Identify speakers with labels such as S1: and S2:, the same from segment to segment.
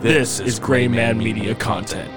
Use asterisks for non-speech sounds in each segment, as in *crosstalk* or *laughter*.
S1: This is Gray Man Media content.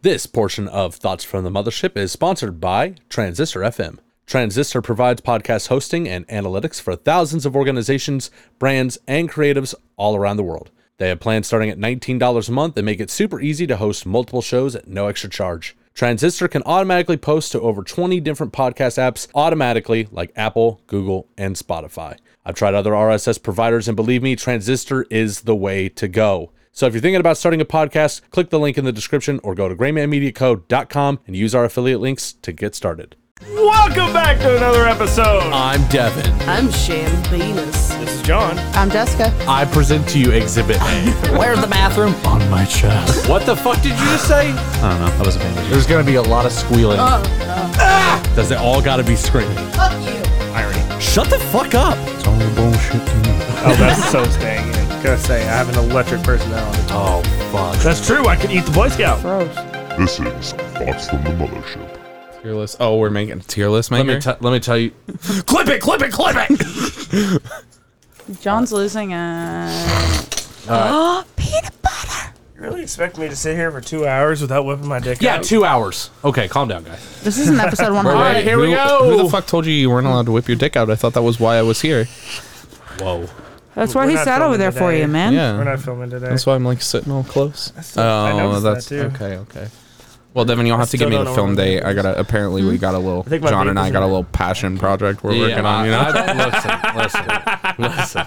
S2: This portion of Thoughts from the Mothership is sponsored by Transistor FM. Transistor provides podcast hosting and analytics for thousands of organizations, brands, and creatives all around the world. They have plans starting at $19 a month and make it super easy to host multiple shows at no extra charge. Transistor can automatically post to over 20 different podcast apps automatically, like Apple, Google, and Spotify. I've tried other RSS providers, and believe me, Transistor is the way to go. So if you're thinking about starting a podcast, click the link in the description or go to graymanmediaco.com and use our affiliate links to get started.
S1: Welcome back to another episode.
S2: I'm Devin.
S3: I'm Sham Venus.
S1: This is John.
S3: I'm Jessica.
S2: I present to you Exhibit A.
S3: *laughs* Where's the bathroom?
S4: on my chest.
S2: what the fuck did you just say?
S4: I don't know. That was a bandage.
S2: There's gonna be a lot of squealing.
S3: Oh,
S2: Ah! Does it all gotta be screaming?
S3: Fuck you.
S2: Shut the fuck up!
S4: It's all the bullshit to me.
S1: Oh, that's so staying in. Gotta say, I have an electric personality.
S2: Oh fuck.
S1: That's true. I can eat the Boy Scout.
S5: This is Thoughts from the Mothership.
S6: Tier list. Oh, we're making a tier list
S2: Let me
S6: maker.
S2: t- let me tell *laughs* you.
S6: clip it, clip it, clip it.
S7: John's losing uh, a.
S1: You really expect me to sit here for two hours without whipping my dick
S2: Yeah,
S1: out?
S2: two hours. Okay, calm down, guys.
S7: This isn't episode 100.
S6: Alright,
S2: here we
S6: who-
S2: go.
S6: Who the fuck told you you weren't allowed to whip your dick out? I thought that was why I was here.
S2: Whoa.
S7: That's
S1: We're
S7: why he
S1: not
S7: sat over
S1: filming
S7: there for
S1: today.
S7: you, man.
S1: We're
S6: Yeah,
S1: not filming today.
S6: that's why I'm like sitting all close. Oh,
S1: still- I noticed that, too.
S6: okay, okay. Well, Devin, you'll have to
S1: still
S6: give me
S1: don't
S6: the
S1: know
S6: film
S1: what I'm Hmm?
S6: date. I gotta. Apparently, we got a little.
S1: think my
S6: John and I
S1: baby's
S6: got a
S1: in
S6: little passion project we're working on. You know.
S2: I- listen, listen,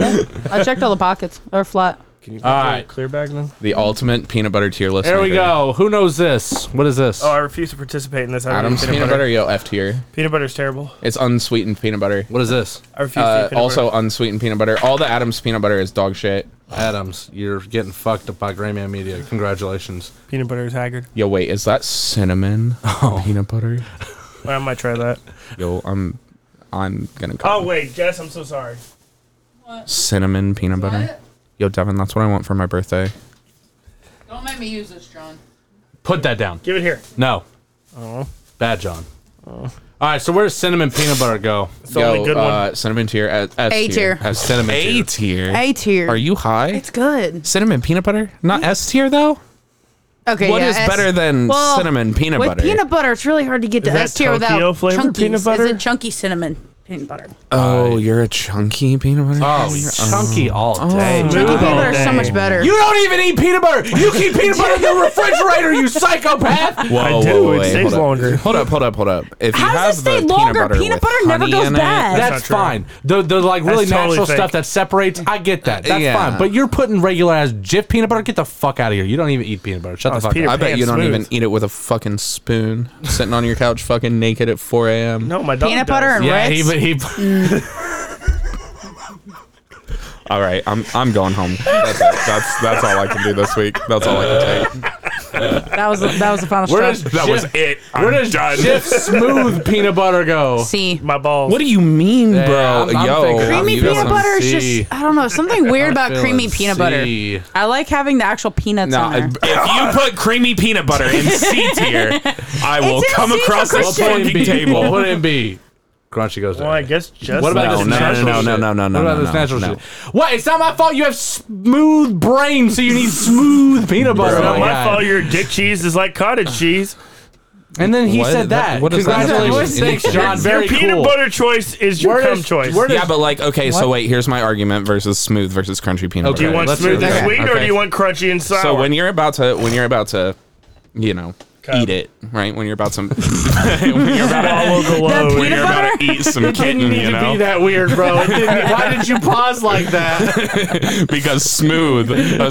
S2: listen, listen.
S7: I checked all the pockets. They're flat.
S1: Can you
S2: All right.
S1: clear bag them?
S6: The ultimate peanut butter tier list.
S2: Here we
S6: maker.
S2: go. Who knows this? What is this?
S1: Oh, I refuse to participate in this. I don't
S6: Adam's
S1: eat peanut, butter.
S6: yo F tier.
S1: Peanut butter's terrible.
S6: It's unsweetened peanut butter.
S2: What is this?
S1: I refuse to
S6: Uh,
S1: eat peanut
S6: also unsweetened peanut butter. All the Adams peanut butter is dog shit.
S2: Adams, you're getting fucked up by Grayman Media. Congratulations.
S1: butter. Peanut butter is haggard.
S6: Yo, wait, is that *laughs* cinnamon peanut butter?
S1: Well, I might try that.
S6: Yo, I'm I'm gonna
S1: Oh,
S6: call it
S1: wait, Jess, I'm so sorry.
S6: cinnamon peanut butter. Yo, Devin, that's what I want for my birthday.
S3: Don't make me use this, John.
S2: Put that down.
S1: Give it here.
S2: No. Oh. Bad, John. All right, so where does cinnamon peanut butter go?
S1: It's the only good one.
S6: uh, cinnamon tier, S, S
S3: A tier.
S6: S cinnamon
S2: A
S6: tier. tier.
S7: A tier.
S6: Are you high?
S3: It's good.
S6: cinnamon peanut butter, not S tier though.
S3: Okay.
S6: What
S3: yeah,
S6: is
S3: S-
S6: better than
S3: Well,
S6: cinnamon peanut
S3: with
S6: butter?
S3: peanut butter? It's really hard to get to
S1: that
S3: S tier
S1: Tokyo
S3: without
S1: flavored
S3: chunky
S1: peanut butter?
S3: Is it chunky cinnamon peanut butter?
S6: oh, you're a chunky peanut butter.
S2: Oh, chunky all day.
S1: Oh,
S7: Chunky peanut butter is so
S1: dang.
S7: much better.
S2: You don't even eat peanut butter. You keep peanut butter in the refrigerator, you psychopath.
S6: Whoa,
S1: I do, it stays
S6: hold up.
S1: longer.
S6: Hold up, hold up, hold up. If you
S3: How
S6: have
S3: does it stay
S6: the
S3: longer?
S6: Peanut butter,
S3: Peanut
S6: with
S3: butter never
S6: honey
S3: goes
S6: in it-
S3: bad.
S2: That's,
S1: not true.
S2: fine. The, the like really
S1: That's totally
S2: natural
S1: fake.
S2: stuff that separates. I get that. That's
S6: Yeah.
S2: fine. But you're putting regular ass Jif peanut butter. Get the fuck out of here. You don't even eat peanut butter. Shut
S1: Oh,
S2: the
S1: it's
S2: fuck
S1: peanut-
S2: up.
S6: I bet
S1: Pan
S6: you don't
S1: smooth.
S6: even eat it with a fucking spoon, sitting on your couch, fucking naked at 4 a.m.
S1: no, my dog
S7: Peanut
S1: does.
S7: butter and
S2: Yeah,
S7: Ritz.
S2: he, he
S6: All right, I'm I'm going *laughs* home. That's, it. that's that's all I can do this week. That's all I can take.
S7: that was the, that was the final
S2: *laughs* Where
S7: straw.
S2: does that was it? Where does Jif smooth peanut butter go?
S3: C.
S1: My balls.
S6: What do you mean,
S2: Yeah,
S6: bro?
S2: I'm- I'm
S6: Yo,
S2: thinking-
S7: Creamy
S6: Oh, you got
S7: peanut
S6: some-
S7: butter is
S2: C.
S7: just I don't know something weird about creamy
S2: Feeling
S7: peanut butter.
S2: C.
S7: I like having the actual peanuts
S6: Nah,
S7: in there.
S6: if you put creamy peanut
S7: *laughs*
S6: butter in C tier, I will
S7: It's in
S6: come
S7: C for
S6: across this
S7: Christian.
S2: Put in B.
S6: fucking *laughs* table.
S2: Put in B. Crunchy goes
S1: Well, I
S2: there.
S1: guess Jess.
S2: What about
S6: No,
S2: this
S6: no, no,
S2: natural
S6: no,
S2: shit?
S6: no, no, no,
S2: What
S6: no,
S2: about
S6: no,
S2: this natural
S6: no.
S2: shit? What? It's not my fault. You have smooth brain, so you need smooth peanut butter.
S6: Bro,
S2: Oh
S1: Not
S2: my
S1: my
S2: God.
S1: fault your dick cheese is like cottage cheese.
S2: And then he
S6: What?
S2: said that.
S6: That- what does that have to do
S2: Congratulations,
S6: with
S2: thanks,
S6: anything?
S2: John. Very
S1: your peanut
S2: cool.
S1: butter choice is your
S2: Where
S1: cum
S2: does-
S1: choice.
S2: where
S6: Yeah, but like, okay, so wait, here's my argument versus smooth versus crunchy peanut
S2: Okay.
S1: do
S6: butter.
S1: you want
S2: Let's
S1: smooth
S2: do
S1: and
S2: that.
S1: sweet, or
S6: Okay.
S1: do you want crunchy and sour?
S6: so when you're about to, when you're about to, you know,
S1: Okay.
S6: eat it, right? When you're about to, *laughs* when
S1: *laughs*
S6: you're about to,
S1: follow the load,
S6: when you're about to eat some kitten, you, know,
S2: that weird, bro. Why did you pause like that?
S6: because smooth, a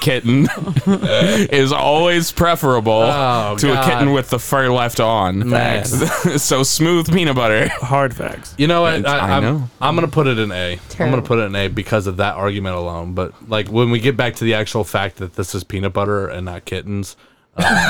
S3: *laughs*
S6: kitten is always preferable
S2: Oh,
S6: to
S2: God.
S6: a kitten with the fur left on.
S2: Man.
S6: *laughs* so smooth peanut butter.
S1: hard facts.
S2: *laughs* You know what?
S6: I
S2: I, am
S6: know.
S2: I'm gonna put it in ai am gonna
S3: Terrible.
S2: put it in A because of that argument alone. But like when we get back to the actual fact that this is peanut butter and not kittens,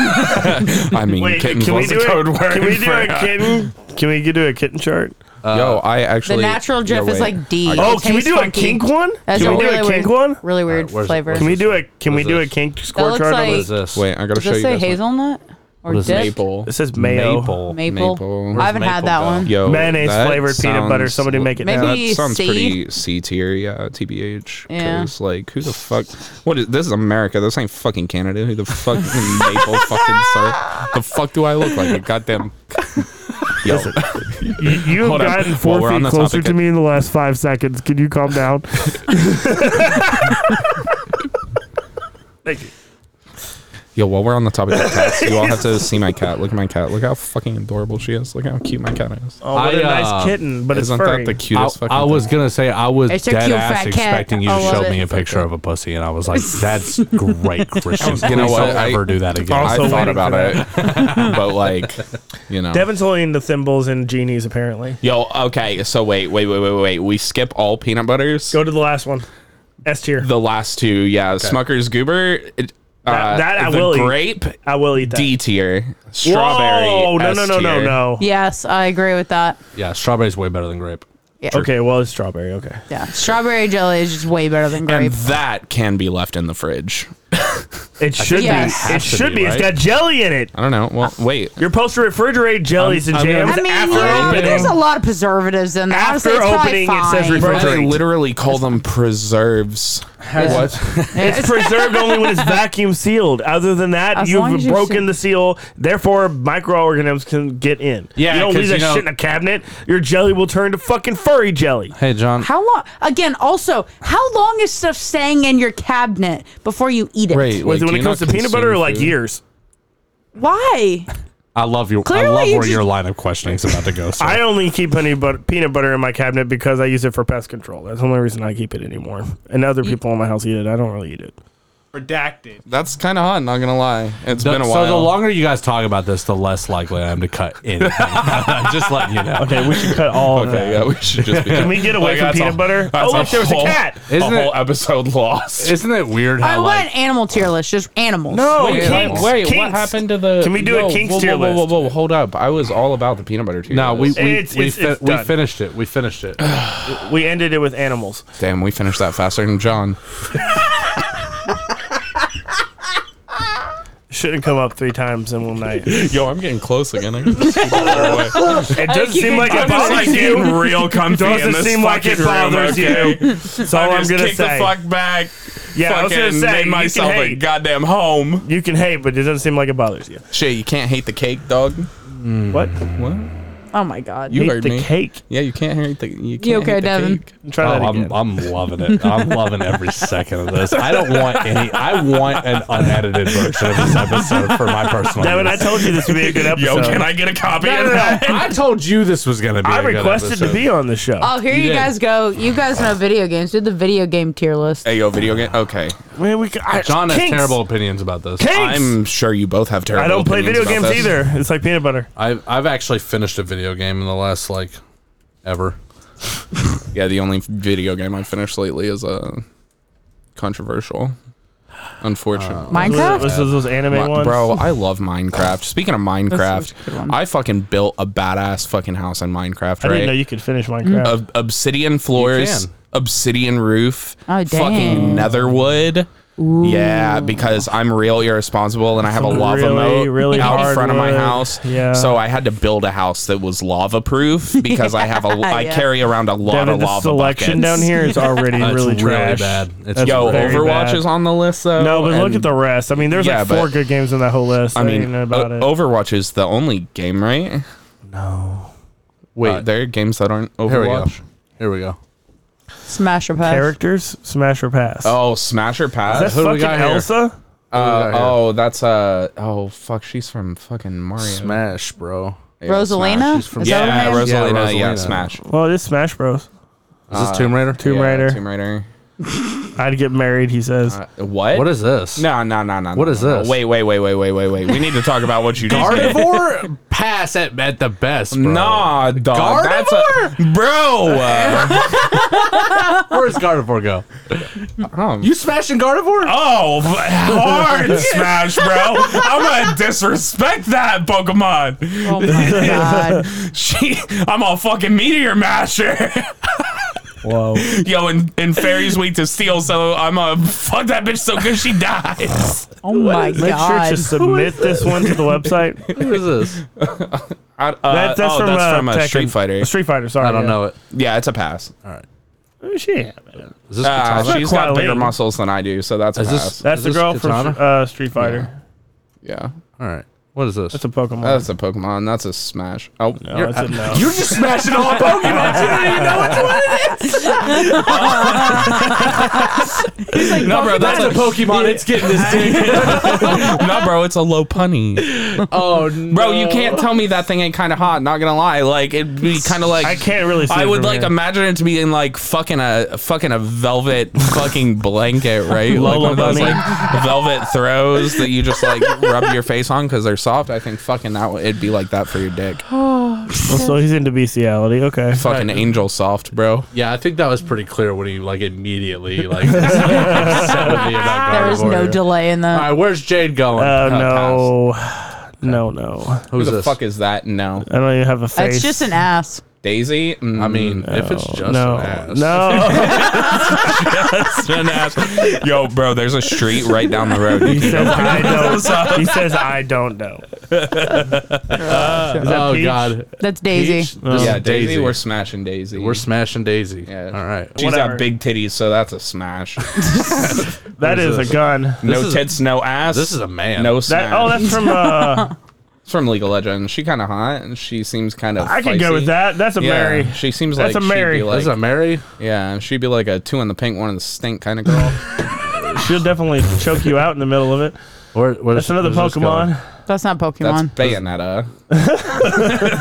S6: I mean,
S1: Wait,
S6: kittens
S1: can we
S6: was
S1: do
S6: a
S1: it?
S6: code word.
S1: Can we do
S6: for-
S1: a kitten? Can we do a kitten chart?
S6: Yo, I actually
S3: The natural Jif
S6: Yo,
S3: is
S6: wait.
S3: like D. It
S1: Oh, can we
S3: tastes
S1: do
S3: funky.
S1: a kink one?
S3: That's
S1: can
S3: a
S1: we do
S3: really
S1: a kink
S3: weird-
S1: one?
S3: Really weird
S2: where's-
S3: flavor.
S2: where's-
S1: Can we do a can we do a
S2: this?
S1: kink
S3: That
S1: score
S3: looks
S1: chart? on
S3: like-
S2: what is
S1: this?
S2: this?
S6: Wait, I gotta
S3: Does
S6: show
S3: it
S6: you.
S3: say
S6: this one.
S3: hazelnut?
S7: or
S4: What is
S7: dip.
S6: Maple.
S1: It says mayo.
S7: Maple.
S6: Maple.
S7: I haven't had that one.
S6: Yo,
S1: Mayonnaise
S6: that
S1: flavored peanut butter.
S6: sounds-
S1: Somebody make it
S7: Maybe-
S1: now.
S6: That sounds
S7: C.
S6: pretty C tier, yeah. TBH.
S7: Yeah.
S6: Cause like, who the fuck? What is this? Is America? This ain't fucking Canada. Who the fuck? is *laughs* maple fucking syrup. The fuck do I look like?
S1: *laughs*
S6: A goddamn. Yo,
S1: You, you have
S6: Hold on.
S1: gotten
S6: While
S1: four
S6: we're on
S1: feet
S6: the
S1: closer
S6: topic,
S1: to
S6: I-
S1: me in the last five seconds. Can you calm down? Thank you.
S6: yo. While we're on the topic
S1: *laughs*
S6: of cats, you all have to see my cat. Look at my cat. Look how fucking adorable she is. Look how cute my cat is.
S1: Oh, what
S2: I,
S1: a
S2: uh,
S1: nice kitten, but it's
S6: Isn't
S1: furry.
S6: that the
S2: I,
S6: cutest fucking?
S2: I
S6: *laughs*
S2: was gonna say I was
S7: It's a
S2: dead
S7: cute
S2: ass
S7: fat cat.
S2: expecting you
S7: I
S2: to
S7: love
S2: show
S7: it.
S2: me a picture of a pussy, and I was like, "That's great, Christian.
S6: You know
S2: Please
S6: what?
S2: Don't
S6: I-
S2: ever do that again."
S1: Also
S6: I thought
S1: waiting
S6: about
S1: for
S6: it, *laughs* but like, you know.
S1: Devin's only into thimbles and genies, apparently.
S6: Yo, okay. So wait, wait, wait, wait, wait, wait. We skip all peanut butters.
S1: Go to the last one. S tier.
S6: the last two, yeah. Smucker's Goober. It, uh,
S1: That- that I
S6: the
S1: will eat.
S6: grape
S1: I will eat that.
S6: D tier. Strawberry.
S1: Whoa, no, no,
S6: S
S1: no, no,
S6: tier.
S1: no.
S7: Yes, I agree with that.
S2: yeah, strawberry's way better than grape.
S1: Okay, well, it's strawberry. Okay.
S7: Yeah, strawberry jelly is just way better than grape.
S6: And that can be left in the fridge.
S1: It should
S7: Yes.
S1: be. It
S2: has to
S1: should
S2: be,
S1: be. It's
S2: right?
S1: got jelly in it.
S6: I don't know.
S1: Ah.
S6: Well, wait.
S1: You're supposed to refrigerate jellies
S2: I'm-
S1: and
S2: I'm
S1: jams
S2: gonna-
S7: I mean,
S1: after
S7: yeah, but
S1: opening.
S7: there's a lot of preservatives in there.
S1: After
S7: Honestly, it's probably
S1: opening, it says
S7: fine.
S1: refer-
S6: Bro, they
S1: Drink.
S6: literally call them preserves. What?
S1: It's preserved only
S7: *laughs*
S1: when it's vacuum sealed. Other than that,
S7: As long
S1: you've
S7: as you're
S1: broken
S7: seal-
S1: the seal. Therefore, microorganisms can get in.
S2: Yeah,
S1: you don't
S2: 'cause
S1: leave
S2: you
S1: that
S2: know-
S1: shit in a cabinet. Your jelly will turn to fucking furry jelly.
S4: Hey, John.
S7: How long? Again, also, how long is stuff staying in your cabinet before you eat it?
S6: Wait,
S1: When
S6: wait, do
S1: it
S6: you
S1: comes to
S6: not
S1: peanut butter,
S6: consume
S1: like
S6: food?
S1: years.
S7: Why?
S2: I love your. I
S7: Clearly
S2: love
S7: you
S2: where
S7: just-
S2: your line of questioning is about to go. So.
S1: *laughs* I only keep honey but- peanut butter in my cabinet because I use it for pest control. That's the only reason I keep it anymore. And other people in my house eat it. I don't really eat it. Redacted.
S6: That's kind of hot. Not gonna lie. It's
S2: The-
S6: been a
S2: so
S6: while.
S2: the longer you guys talk about this, the less likely I am to cut in. *laughs* Just letting you know.
S1: Okay, we should cut all of that.
S6: Okay, yeah, we should just be. *laughs*
S1: Can we get away
S6: Like,
S1: from
S6: that's
S1: peanut
S6: a-
S1: butter?
S6: that's
S1: Oh, look, there was a
S6: whole-
S1: cat.
S2: Isn't
S6: a
S2: it-
S6: whole episode lost.
S2: Isn't it weird
S7: I
S2: how like
S7: want animal tier list, just animal.
S1: No,
S6: Wait,
S1: kinks,
S6: wait, what
S1: kinks.
S6: happened to the?
S1: Can we do a
S6: Yo,
S1: kinks
S6: whoa,
S1: tier
S6: whoa, whoa,
S1: list?
S6: Whoa, whoa, hold up! I was all about the peanut butter tier.
S2: no, we
S6: list.
S2: we
S1: It's-
S2: we,
S1: it's-
S2: fin-
S1: it's
S2: we
S1: done.
S2: finished it. We finished it.
S1: We ended it with animals.
S6: damn, we finished that faster than John.
S1: Shouldn't come up three times in
S6: *laughs*
S1: one night.
S6: *laughs* Yo, I'm getting close again. I can just keep it all the way.
S1: It doesn't seem like it bothers
S6: getting
S1: you. *laughs*
S6: real comfy. in
S1: Doesn't
S6: this
S1: seem like it
S6: fucking room,
S1: bothers
S6: okay? *laughs*
S1: you. That's all I'm
S6: Just
S1: gonna
S6: kick
S1: say.
S6: the fuck back.
S1: Yeah, I was gonna
S6: fucking
S1: say, you
S6: made
S1: can
S6: myself a
S1: hate.
S6: goddamn home.
S1: You can hate, but it doesn't seem like it bothers you.
S6: Shit, you can't hate the cake, dog.
S1: What?
S6: What?
S7: Oh my god.
S6: You
S1: hate
S6: Mm-hmm. heard
S1: the
S6: me.
S1: cake.
S6: Yeah, you can't hate the. You can't
S7: You okay,
S6: hate the
S7: Devin?
S6: cake.
S1: Try
S2: Oh,
S1: that
S2: I'm,
S1: again.
S2: I'm loving it. I'm loving every second of this. I don't want any. I want an unedited version of this episode for my personal.
S1: Devin, I
S2: use.
S1: told you this would be a good episode.
S6: *laughs* Yo, can I get a copy
S1: No,
S6: of
S1: no, no.
S6: that?
S2: I told you this was going to be.
S1: I
S2: a good
S1: requested to
S2: episode.
S1: be on the show.
S7: Oh, here you,
S2: did.
S7: guys go. You guys know video games. Do the video game tier list.
S6: Hey, yo, video game. Okay,
S1: Man, we can, I,
S2: John has
S1: kinks.
S2: terrible opinions about this.
S1: Kinks.
S6: I'm sure you both have terrible.
S1: I don't play
S6: opinions
S1: video games
S6: about this.
S1: either. It's like peanut butter.
S2: I've I've actually finished a video game in the last like ever.
S6: Yeah, the only video game I finished lately is uh, controversial.
S1: Oh.
S6: Unfortunately.
S1: This
S7: Minecraft?
S1: was those anime
S6: Mi-
S1: ones.
S6: Bro, I love Minecraft. Speaking of
S7: That's a good
S6: Minecraft,
S7: one.
S6: I fucking built a badass fucking house in Minecraft,
S1: I didn't know
S6: right?
S1: you could finish
S7: Mm.
S1: Minecraft.
S6: Ob- obsidian floors,
S2: You can.
S6: obsidian roof,
S7: Oh,
S6: fucking
S7: dang.
S6: netherwood. Yeah, because I'm real irresponsible and I have a
S1: Some
S6: lava
S1: really,
S6: moat
S1: really
S6: out
S1: hard
S6: front of my
S1: wood.
S6: house.
S1: Yeah.
S6: So I had to build a house that was lava proof
S7: *laughs*
S6: because I have a I
S7: Yeah.
S6: carry around a lot
S1: Devin,
S6: of
S1: the
S6: lava
S1: selection
S6: buckets.
S1: down here
S6: *laughs*
S1: is already
S2: it's
S1: really
S2: really
S1: trash.
S2: bad. It's
S1: That's
S6: Yo,
S1: very
S6: Overwatch
S1: bad.
S6: is on the list though.
S1: No, but look
S6: and-
S1: at the rest. I mean, there's
S6: Yeah,
S1: like four
S6: but-
S1: good games on that whole list.
S6: I mean,
S1: know about
S6: o-
S1: it.
S6: Overwatch is the only game, right?
S1: no.
S6: Wait,
S2: Uh,
S6: there are games that aren't
S2: Here we
S6: Overwatch.
S2: go. Here we go.
S7: Smash or pass?
S1: Characters, Smash or Pass.
S6: Oh, Smash or
S1: Is
S6: Pass.
S1: that
S2: who do we got
S1: fucking
S2: here?
S1: Elsa?
S6: Uh,
S2: got here?
S6: oh, that's uh. Oh fuck, she's from fucking Mario.
S2: Smash, bro.
S6: Yeah,
S7: Rosalina?
S2: She's from-
S7: Is
S6: Smash.
S7: that
S6: Yeah,
S7: her name?
S2: Ros-
S6: Rosalina. Yeah,
S2: Yeah, Rosalina.
S6: Smash.
S1: Well, it is Smash Bros.
S2: Is this Tomb Raider?
S1: Tomb
S6: Yeah,
S1: Raider.
S6: Tomb Raider.
S1: I'd get married, he says.
S6: Uh, what?
S2: What is this?
S6: No, no, no, no.
S2: What
S6: no,
S2: is
S6: no, no.
S2: this?
S6: Wait, wait, wait, wait, wait, wait, wait. We need to talk about what you just did.
S2: Gardevoir *laughs* pass at, at the best, bro.
S6: Nah, dog. That's a bro. Uh,
S2: Where does Gardevoir go?
S6: um, *laughs*
S2: You smashing Gardevoir?
S6: Oh, hard smash, bro. I'm gonna disrespect that Pokemon.
S1: *laughs*
S7: Oh my god.
S6: She, *laughs* I'm a fucking meteor masher.
S1: Whoa.
S6: Yo, and, and Fairy's weak to steel, so I'm a fuck that bitch so good she dies.
S7: Oh my
S1: Make
S7: god. *laughs*
S1: sure to submit this one to the website.
S4: Who is this?
S6: I, uh,
S1: That-
S6: oh, that's
S1: uh,
S6: from a
S1: Tekken.
S6: Street Fighter.
S1: Street Fighter. Sorry,
S4: I don't know it.
S6: Yeah, it's a pass.
S1: know. She,
S4: Is this
S2: Ah,
S6: Uh,
S4: Katana?
S6: she's
S1: quite
S6: got bigger
S1: lame.
S6: muscles than I do, so that's a
S4: Is
S6: pass.
S4: this-
S1: that's the
S4: this
S1: girl from
S4: Katana?
S1: uh, Street Fighter.
S6: yeah,
S4: All right. What is this?
S1: That's a Pokemon.
S6: that's a Pokemon. That's a Smash. Oh,
S1: no, that's a
S2: *laughs*
S1: no.
S4: You're just smashing *laughs* all the Pokemon. You don't even know what's what it is. no, bro, that's, a Pokemon. It's getting this
S2: *laughs*
S4: dick.
S6: *laughs* no, bro, it's a low punny.
S4: oh, no.
S6: Bro, you can't tell me that thing ain't kind of hot. Not gonna lie, like it'd be kind of like
S1: I can't really. See
S6: I
S1: it
S6: would
S1: from
S6: like
S1: here.
S6: imagine it to be in like fucking a fucking a velvet *laughs* fucking blanket,
S2: *laughs*
S6: right? Like one of those
S1: Lullaby.
S6: like velvet throws that you just like rub your face on because they're soft. I think fucking that would- it'd be like that for your dick.
S1: So he's into bestiality. Okay.
S6: fucking angel soft, bro.
S2: Yeah, I think that was pretty clear when he like
S4: *laughs*
S2: immediately like *laughs* upset with me about
S7: there
S2: God
S7: is
S2: of War.
S7: no delay in
S2: All
S7: that.
S2: right, where's Jade going?
S1: Uh, no. No, no.
S6: Who
S2: Who's
S6: the
S2: this?
S6: fuck is that? No,
S1: I don't even have a face.
S7: It's just an ass.
S6: Daisy. Mm,
S2: I mean, if it's just
S1: no,
S2: an ass.
S1: no.
S6: *laughs* it's an ass. Yo, bro, there's a street right down the
S2: *laughs*
S6: road.
S1: He
S6: You
S1: says I don't. He says I don't know. that
S2: oh
S1: Peach?
S2: God,
S7: That's Daisy.
S2: Peach? This
S6: yeah,
S2: is
S6: Daisy, We're smashing Daisy.
S2: We're smashing Daisy.
S6: Yeah.
S2: All right.
S6: She's
S1: Whatever.
S6: got big titties, so that's
S2: *laughs*
S6: a smash.
S1: That is a
S2: this?
S1: gun.
S6: no
S2: is a-
S6: tits, no ass.
S2: This is a man.
S6: no
S1: That,
S6: smash.
S1: oh, that's from. Uh,
S6: It's from League of Legends. She kind of hot, and she seems kind of.
S1: I could go with that. That's a
S6: Yeah,
S1: Mary.
S6: she seems
S1: That's
S6: like
S1: a
S6: she'd be
S1: Mary.
S6: like-
S2: This is a Mary.
S6: yeah, she'd be like a two in the pink, one in the
S1: *laughs*
S6: stink kind of girl.
S1: She'll definitely choke you out in the middle of it.
S2: Where, where's,
S1: That's another
S2: where's this going?
S1: Pokemon.
S7: That's not
S6: That's
S7: Pokemon.
S1: *laughs*
S6: Bayonetta.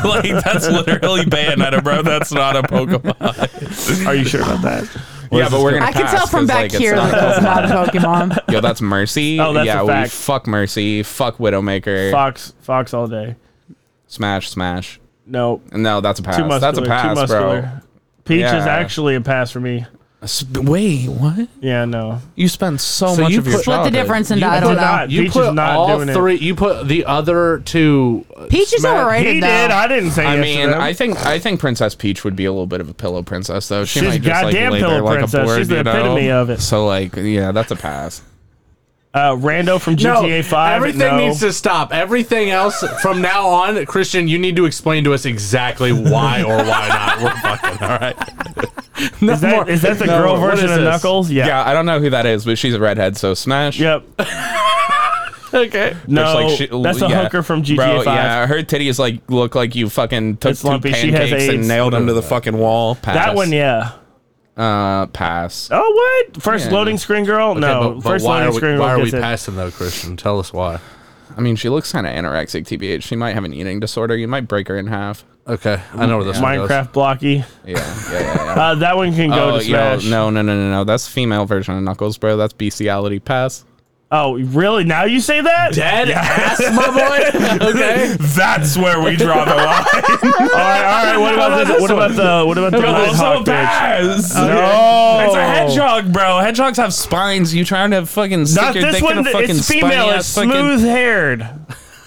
S6: like that's literally Bayonetta, bro. That's not a Pokemon.
S1: Are you sure about that?
S6: yeah, but we're gonna.
S7: I can
S6: pass
S7: tell from
S6: 'cause,
S7: back
S6: like, it's
S7: here
S6: not-
S7: that that's not a
S1: *laughs*
S7: Pokemon.
S6: Yo, that's Mercy.
S1: Oh, that's
S6: yeah,
S1: a fact.
S6: we fuck Mercy. Fuck Widowmaker.
S1: Fox, Fox all day.
S6: Smash, smash.
S1: No,
S6: No, that's a pass.
S1: too muscular.
S6: that's a
S1: too
S6: pass,
S1: muscular.
S6: bro.
S1: Peach
S6: Yeah.
S1: is actually a pass for me.
S6: Sp- Wait, what?
S1: Yeah, no.
S6: You spend so,
S2: So
S6: much
S2: you
S6: of your
S2: put-
S7: Split the
S6: childhood-
S7: difference and
S2: You
S7: I
S1: did
S7: don't know.
S1: not.
S2: You
S1: Peach
S2: put
S1: is not
S2: all
S1: doing it.
S2: three. You put the other two. uh,
S7: Peach is
S2: smack-
S1: He
S7: overrated
S1: did.
S7: though.
S1: I didn't say.
S6: I
S1: yes
S6: mean,
S1: to them.
S6: I think I think Princess Peach would be a little bit of a pillow princess, though. She
S1: She's
S6: might just,
S1: goddamn
S6: like, lay there
S1: pillow
S6: like
S1: princess.
S6: A board,
S1: She's the
S6: you know?
S1: epitome of it.
S6: So, like, yeah, that's a pass.
S1: uh, Rando from
S2: No,
S1: GTA Five.
S2: Everything
S1: no.
S2: needs to stop. Everything else from now on, Christian, you need to explain to us exactly why or why not. We're *laughs* fucking all right. No
S1: Is that,
S2: more-
S1: is that the
S2: no,
S1: girl
S2: what
S1: version
S2: is
S1: of
S2: this?
S1: Knuckles? Yeah.
S6: Yeah, I don't know who that is, but she's a redhead, so smash.
S1: Yep.
S6: Okay.
S1: No, that's a hooker from GTA
S6: Bro,
S1: five.
S6: Yeah, her titties like look like you fucking took
S1: It's
S6: two
S1: lumpy.
S6: pancakes
S1: She has
S6: and
S1: AIDS.
S6: nailed them to the fucking wall. Pass.
S1: That one, yeah.
S6: Uh, pass.
S1: Oh, what? First
S6: Yeah.
S1: loading screen girl?
S2: Okay,
S1: no.
S2: but- but
S1: First
S2: why
S1: loading
S2: are we,
S1: screen
S2: why
S1: girl
S2: are we
S1: gets it.
S2: passing though, Christian? Tell us why.
S6: I mean, she looks kind of anorexic, tbh. She might have an eating disorder. You might break her in half.
S2: Okay, I know where this one goes.
S1: Minecraft blocky.
S6: Yeah, yeah, yeah. yeah.
S1: Uh, that one can go
S6: oh,
S1: to
S6: yo,
S1: Smash.
S6: no, no, no, no, no. That's female version of Knuckles, bro. That's bestiality. Pass.
S1: Oh, really? Now you say
S2: *laughs*
S1: that?
S2: Dead ass, my boy. Okay.
S1: That's where we draw the line. *laughs* all right, all right. What about this? What about the? What about the Nighthawk bitch?
S6: pass.
S1: No,
S6: It's a hedgehog, bro. Hedgehogs have spines. You trying to fucking stick
S1: Not
S6: your
S1: this
S6: dick in
S1: one.
S6: a fucking
S1: It's female.
S6: spiny-ass
S1: It's
S6: fucking-
S1: smooth haired.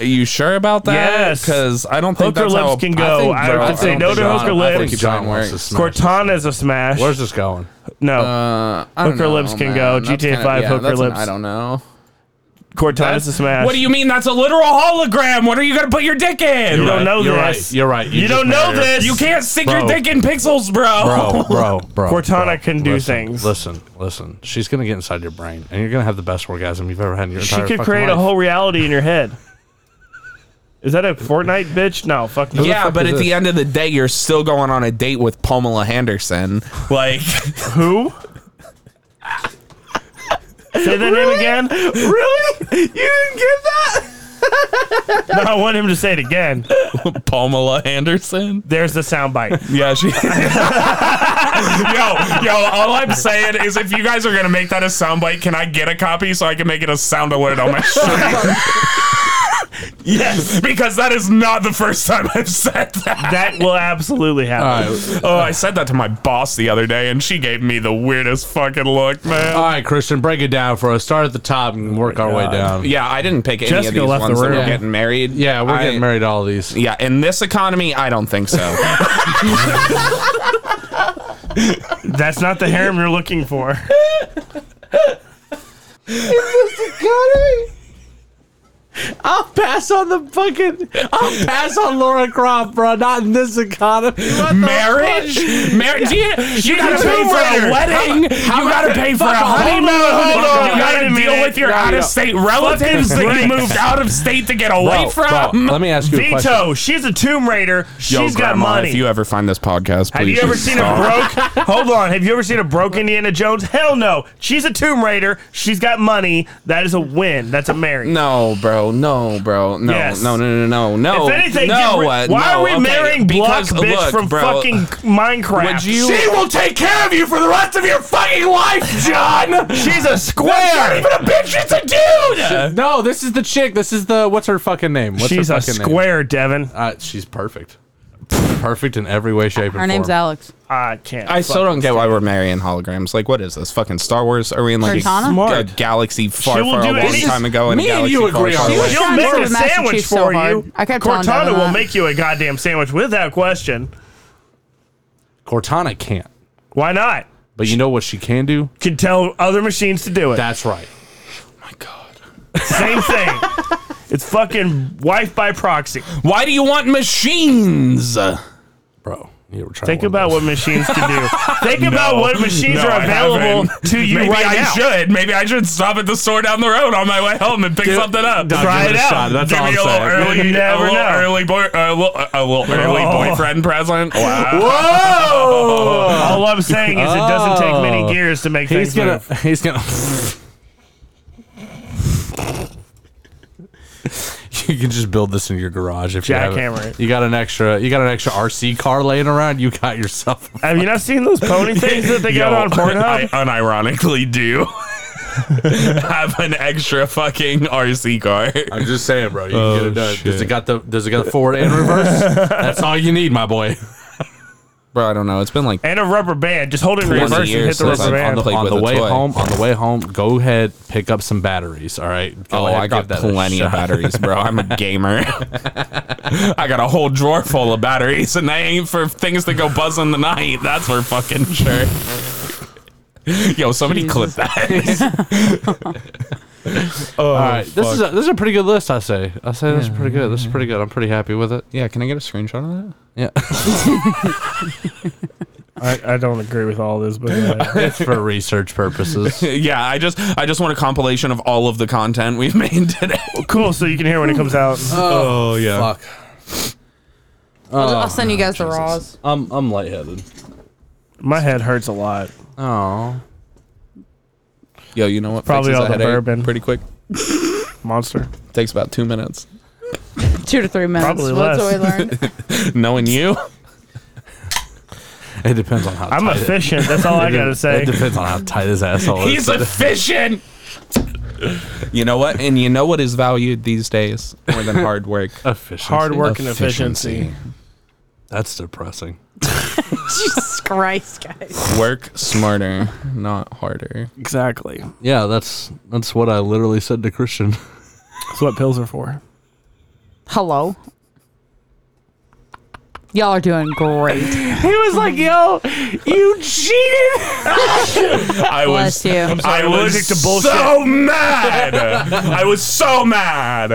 S6: Are you sure about that?
S1: Yes.
S6: Because I don't think
S1: Hooker
S6: that's how
S1: lips can go. I would
S6: don't
S1: say
S6: think
S1: no to
S6: John-
S1: hooker
S6: I
S1: lips.
S6: think John
S2: wants to
S6: works.
S2: smash this.
S1: Cortana's a smash.
S2: Where's this going?
S1: no?
S6: Uh, I don't
S1: Hooker
S6: know,
S1: lips can
S6: man.
S1: go.
S6: That's
S1: GTA
S6: kinda-
S1: 5
S6: yeah,
S1: hooker
S6: that's an-
S1: lips.
S6: I don't know.
S1: Cortana's a smash.
S6: What do you mean? That's a literal hologram. What are you gonna put your dick in?
S1: You don't
S2: right,
S1: know
S2: you're
S1: this.
S2: right, you're right, you
S1: You,
S2: just
S1: don't know
S2: made it.
S1: this.
S6: You can't stick
S2: Bro.
S6: your dick in pixels,
S1: *laughs*
S2: Bro, bro, bro.
S1: Cortana
S2: bro.
S1: can do
S2: Listen,
S1: things.
S2: Listen, listen. She's gonna get inside your brain, and you're gonna have the best orgasm you've ever had in your
S1: She
S2: entire
S1: could
S2: fucking
S1: create a
S2: life.
S1: whole reality in your head. Is that a Fortnite bitch? No, fuck no.
S6: Yeah,
S2: fuck
S6: but
S2: is
S6: at
S2: this?
S6: the end of the day, you're still going on a date with Pamela Henderson. Like,
S1: Who? Say the name again.
S6: really? You didn't get that?
S1: *laughs* No, I want him to say it again.
S6: *laughs* Pamela Henderson?
S1: There's the soundbite.
S6: Yeah, she. *laughs* yo, yo, all I'm saying is if you guys are going to make that a soundbite, can I get a copy so I can make it a sound alert on *laughs* my stream? yes. Because that is not the first time I've said that.
S1: That will absolutely happen.
S2: All right,
S6: Oh, I said that to my boss the other day, and she gave me the weirdest fucking look, man.
S2: all right, Christian, break it down for us. Start at the top and work our way down.
S6: Yeah, I didn't pick any
S1: Jessica
S6: of these
S1: left the
S6: ones that
S1: room.
S6: were getting married.
S2: Yeah, we're
S6: I-
S2: getting married. to All these.
S6: Yeah, in this economy, I don't
S4: *laughs*
S6: think so.
S1: That's not the harem you're looking for.
S6: economy?
S2: I'll pass on the fucking. I'll pass on Laura Croft, bro. Not in this economy.
S4: Marriage? Marriage? You, you gotta pay for a wedding. you gotta pay for a honeymoon.
S1: hold on,
S4: You
S1: wait a
S4: gotta deal
S1: minute.
S4: with your
S1: No,
S4: out of state relatives that you moved out of state to get away
S2: Bro, bro,
S4: from. *laughs*
S2: let me ask you a question.
S1: Vito, she's a Tomb Raider. She's
S6: Yo,
S1: got
S6: Grandma,
S1: money.
S6: If you ever find this podcast, please.
S1: have you ever
S6: just
S1: seen a
S6: stop.
S1: broke? *laughs* Hold on. Have you ever seen a broke Indiana Jones? Hell no. She's a Tomb Raider. She's got money. That is a win. That's a marry.
S6: No, bro. No, bro. No.
S1: Yes.
S6: No. No. No. No. No.
S1: If anything,
S6: no.
S1: get ri- why
S6: uh, no,
S1: are we
S6: okay,
S1: marrying block
S6: because,
S1: bitch
S6: look,
S1: from
S6: bro, uh,
S1: fucking
S6: *laughs*
S1: *laughs* Minecraft?
S6: Would you?
S4: She will take care of you for the rest of your fucking life, John.
S1: She's a
S4: That's not
S1: square.
S4: even a bitch. It's a dude.
S2: *laughs* No, this is the chick. This is the what's her fucking name? What's
S1: She's
S2: her
S1: a
S2: fucking
S1: square, Devin.
S2: Name? Uh, she's perfect. Perfect in every way, shape, and
S7: Her name's
S2: form.
S7: Alex.
S1: I can't.
S6: I still don't get why we're marrying holograms. Like, what is this fucking Star Wars? Are we in like
S7: Cortana?
S6: a,
S1: Smart.
S6: a galaxy far,
S1: will
S6: far
S1: do
S6: a long
S1: any-
S6: time ago? And
S2: Me
S6: a
S2: and
S6: galaxy
S2: you
S6: far,
S2: agree
S6: far
S2: on
S6: away?
S7: this.
S1: She'll
S7: trying to
S1: make
S7: serve
S1: a
S7: Master
S1: sandwich
S7: Chief
S1: for
S7: so hard.
S1: you.
S7: I kept telling
S1: Cortana
S7: Devin
S1: will
S7: that.
S1: make you a goddamn sandwich without question.
S2: Cortana can't,
S1: Why not?
S2: but you know what she can do?
S1: Can tell other machines to do it.
S2: That's right.
S1: Same
S6: *laughs*
S1: thing. It's fucking wife by proxy.
S6: Why do you want machines?
S2: Bro, you were trying
S1: Think about what machines can
S4: *laughs*
S1: do. Think about what machines
S4: No,
S1: are
S4: I *laughs*
S1: available
S4: haven't.
S1: to you
S4: Maybe
S1: right
S4: I
S1: now.
S4: should. Maybe I should stop at the store down the road on my way home and pick something up.
S1: Try it out.
S4: Give me a little
S1: You
S4: early, a
S1: never
S4: little
S1: know.
S4: early boy, a little, a little early
S1: *laughs* Oh.
S4: boyfriend
S1: *laughs*
S4: present.
S2: Whoa!
S1: All I'm saying is it doesn't take
S2: Oh.
S1: many gears to make
S2: He's gonna.
S1: things move.
S2: He's gonna. *laughs* you can just build this in your garage if you have
S1: Jackhammer
S2: it.
S1: it.
S2: You got an extra. You got an extra RC car laying around. You got yourself.
S1: Have you not seen those
S4: *laughs*
S1: pony things that they got
S4: Yo,
S1: on
S4: I
S1: Pornhub?
S4: unironically do *laughs* have an extra fucking RC car.
S2: I'm just saying, bro. You
S6: Oh, get it done. Does
S2: Does
S6: shit.
S2: it
S6: it
S2: got the? Does it got forward and reverse? *laughs* That's all you need, my boy.
S6: Bro, I don't know. It's been like
S1: and a rubber band. Just hold it in
S6: 20
S1: reverse and hit
S6: years
S1: the
S6: since
S1: rubber
S6: I've-
S1: band.
S6: Played
S2: on
S6: with
S2: the
S6: a
S2: way
S6: toy.
S2: home, on the way home, go ahead pick up some batteries. All right. Go
S6: Oh,
S2: ahead,
S6: I
S2: give
S6: got
S2: that a
S6: plenty of
S2: shot.
S6: batteries, bro. I'm a gamer.
S4: *laughs* I got a whole drawer full of batteries, and they ain't for things that go buzz in the night. That's for fucking sure. *laughs* Yo, somebody clip that. *laughs*
S2: All right, this is a, this is a pretty good list. I say. I say this is pretty good. This is pretty good. I'm pretty happy with it.
S6: yeah, can I get a screenshot of that?
S2: Yeah,
S1: I, I don't agree with all this,
S4: *laughs*
S1: but uh,
S2: *laughs* it's for research purposes.
S4: yeah, I just I just want a compilation of all of the content we've *laughs* made today.
S1: cool. So you can hear when it comes out.
S2: *laughs*
S4: Uh,
S2: Oh yeah. Fuck.
S7: I'll,
S1: Oh,
S7: I'll send you guys the raws.
S2: I'm I'm lightheaded.
S1: My head hurts a lot.
S2: Oh.
S6: Yo, you know what?
S1: Probably
S6: fixes
S1: all
S6: a
S1: the
S6: headache
S1: bourbon.
S6: Pretty quick.
S1: Monster.
S6: Takes about
S4: *laughs*
S6: two minutes.
S7: *laughs* Two to three minutes.
S1: Probably
S7: That's
S1: less.
S7: what we
S1: *laughs*
S7: learned.
S6: Knowing you,
S2: It depends on how.
S1: I'm
S2: tight it-
S1: efficient. That's all I gotta say. *laughs*
S2: It depends on how tight his asshole is.
S4: He's efficient.
S6: *laughs* you know what, and you know what is valued these days more than hard work.
S2: efficient.
S1: Hard work and efficiency.
S2: *laughs* That's depressing.
S7: Jesus Christ, guys.
S6: Work smarter, not harder.
S1: Exactly.
S2: Yeah, that's that's what I literally said to Christian.
S1: That's what pills are for.
S7: Hello. Y'all are doing great.
S2: He was like, "Yo, you cheated."
S4: I was
S7: Bless you.
S4: I
S1: I'm
S4: was
S1: allergic to bullshit.
S4: so mad. I was so mad.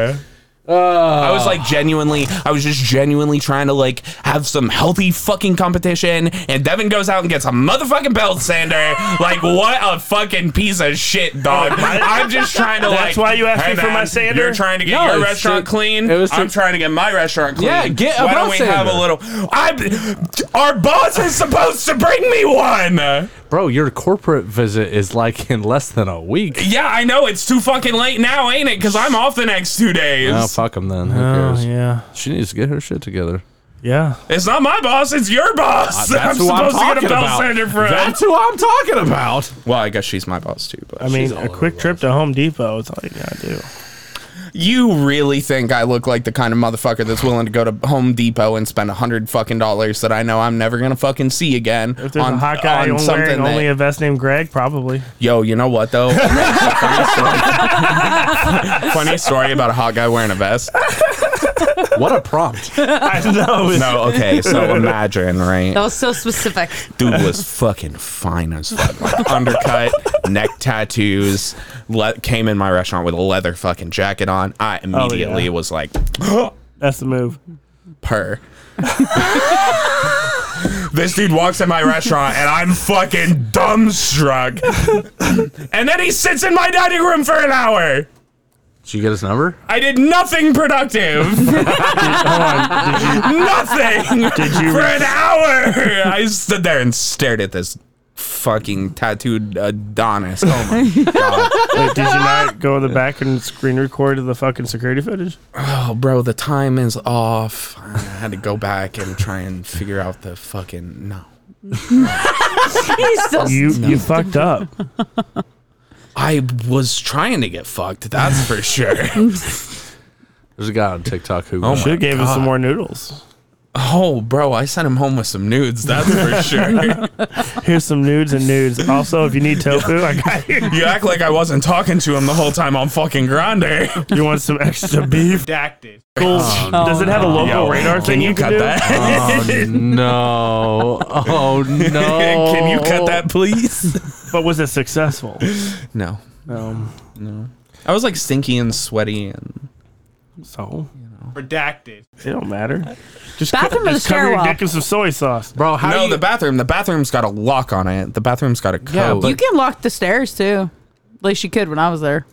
S4: I was like genuinely, I was just genuinely trying to like have some healthy fucking competition. And Devin goes out and gets a motherfucking belt sander. like, what a fucking piece of shit, dog. I'm just trying to like.
S1: That's why you asked
S4: hey,
S1: me for my
S4: man,
S1: sander?
S4: You're trying to get
S2: No,
S4: your
S2: it's
S4: restaurant
S2: to-
S4: clean.
S2: it was to-
S4: I'm trying to get my restaurant clean.
S2: Yeah, get a
S4: Why
S2: belt
S4: don't we have a
S2: sander.
S4: little. I, our boss is supposed to bring me one.
S2: Bro, your corporate visit is like in less than a week.
S4: Yeah, I know it's too fucking late now, ain't it? Because I'm off the next two days.
S2: Oh, fuck him then. Who
S4: Oh,
S2: cares?
S1: yeah.
S2: She needs to get her shit together.
S1: Yeah.
S4: It's not my boss. It's your boss.
S6: Uh,
S2: That's
S4: I'm
S2: who I'm
S4: supposed to
S2: talking
S4: get a belt
S2: about.
S4: sander from.
S2: That's who I'm talking about.
S6: Well, I guess she's my boss too. But
S1: I mean, a quick trip to Home Depot is all you gotta do.
S6: you really think I look like the kind of motherfucker that's willing to go to Home Depot and spend a hundred fucking dollars that I know I'm never gonna fucking see again
S1: If there's a hot guy only wearing only a vest named Greg,
S7: *laughs*
S1: probably. *laughs*
S6: Yo, you know what though? *laughs* funny, story. funny story about a hot guy wearing a vest.
S2: What a prompt.
S1: I know. it's-
S6: No, okay. So imagine, right?
S7: That was so specific.
S6: Dude was fucking fine as fuck. Undercut, neck tattoos. Le- came in my restaurant with a leather fucking jacket on. I immediately
S1: yeah.
S6: was like,
S1: That's the move.
S6: per. *laughs* this dude walks in my restaurant and I'm fucking dumbstruck. and then he sits in my dining room for an hour.
S2: *laughs* Did you get his number?
S6: I did nothing productive. nothing
S1: you
S6: for
S1: re-
S6: an hour. I stood there and stared at this fucking tattooed Adonis. Oh my god.
S1: Wait, did you not go in the back and screen record the fucking security footage?
S6: Oh, bro, the time is off. I had to go back and try and figure out the fucking no.
S7: *laughs* He's still
S1: You you fucked up.
S6: I was trying to get fucked. That's for sure.
S2: There's a guy on TikTok who
S6: Oh my-
S1: Should gave us some
S6: God.
S1: more noodles.
S6: oh, bro, I sent him home with some nudes. That's for sure.
S1: Here's some nudes and nudes. Also, if you
S6: *laughs*
S1: need tofu, I got you.
S6: you act like I wasn't talking to him the whole time on fucking Grinder.
S1: You want some *laughs* extra beef?
S6: Redacted.
S1: Cool. Does
S7: Oh,
S1: it have a local
S6: Yo,
S1: radar
S6: can
S1: thing?
S6: you cut
S1: do?
S6: that?
S2: no. *laughs* Oh no.
S6: *laughs* Can you cut that, please?
S1: but was it
S6: *laughs*
S1: successful?
S6: No.
S1: Um,
S6: I was like stinky and sweaty and
S1: so
S6: redacted.
S1: it don't matter. Just
S7: Bathroom or the
S1: just cover your
S7: stairwell?
S1: dick in some soy sauce.
S2: Bro, how
S6: no,
S2: do you
S6: the bathroom. The bathroom's got a lock on it. The bathroom's got a code.
S2: Yeah, but-
S7: You can lock the stairs too. At least you could when I was there.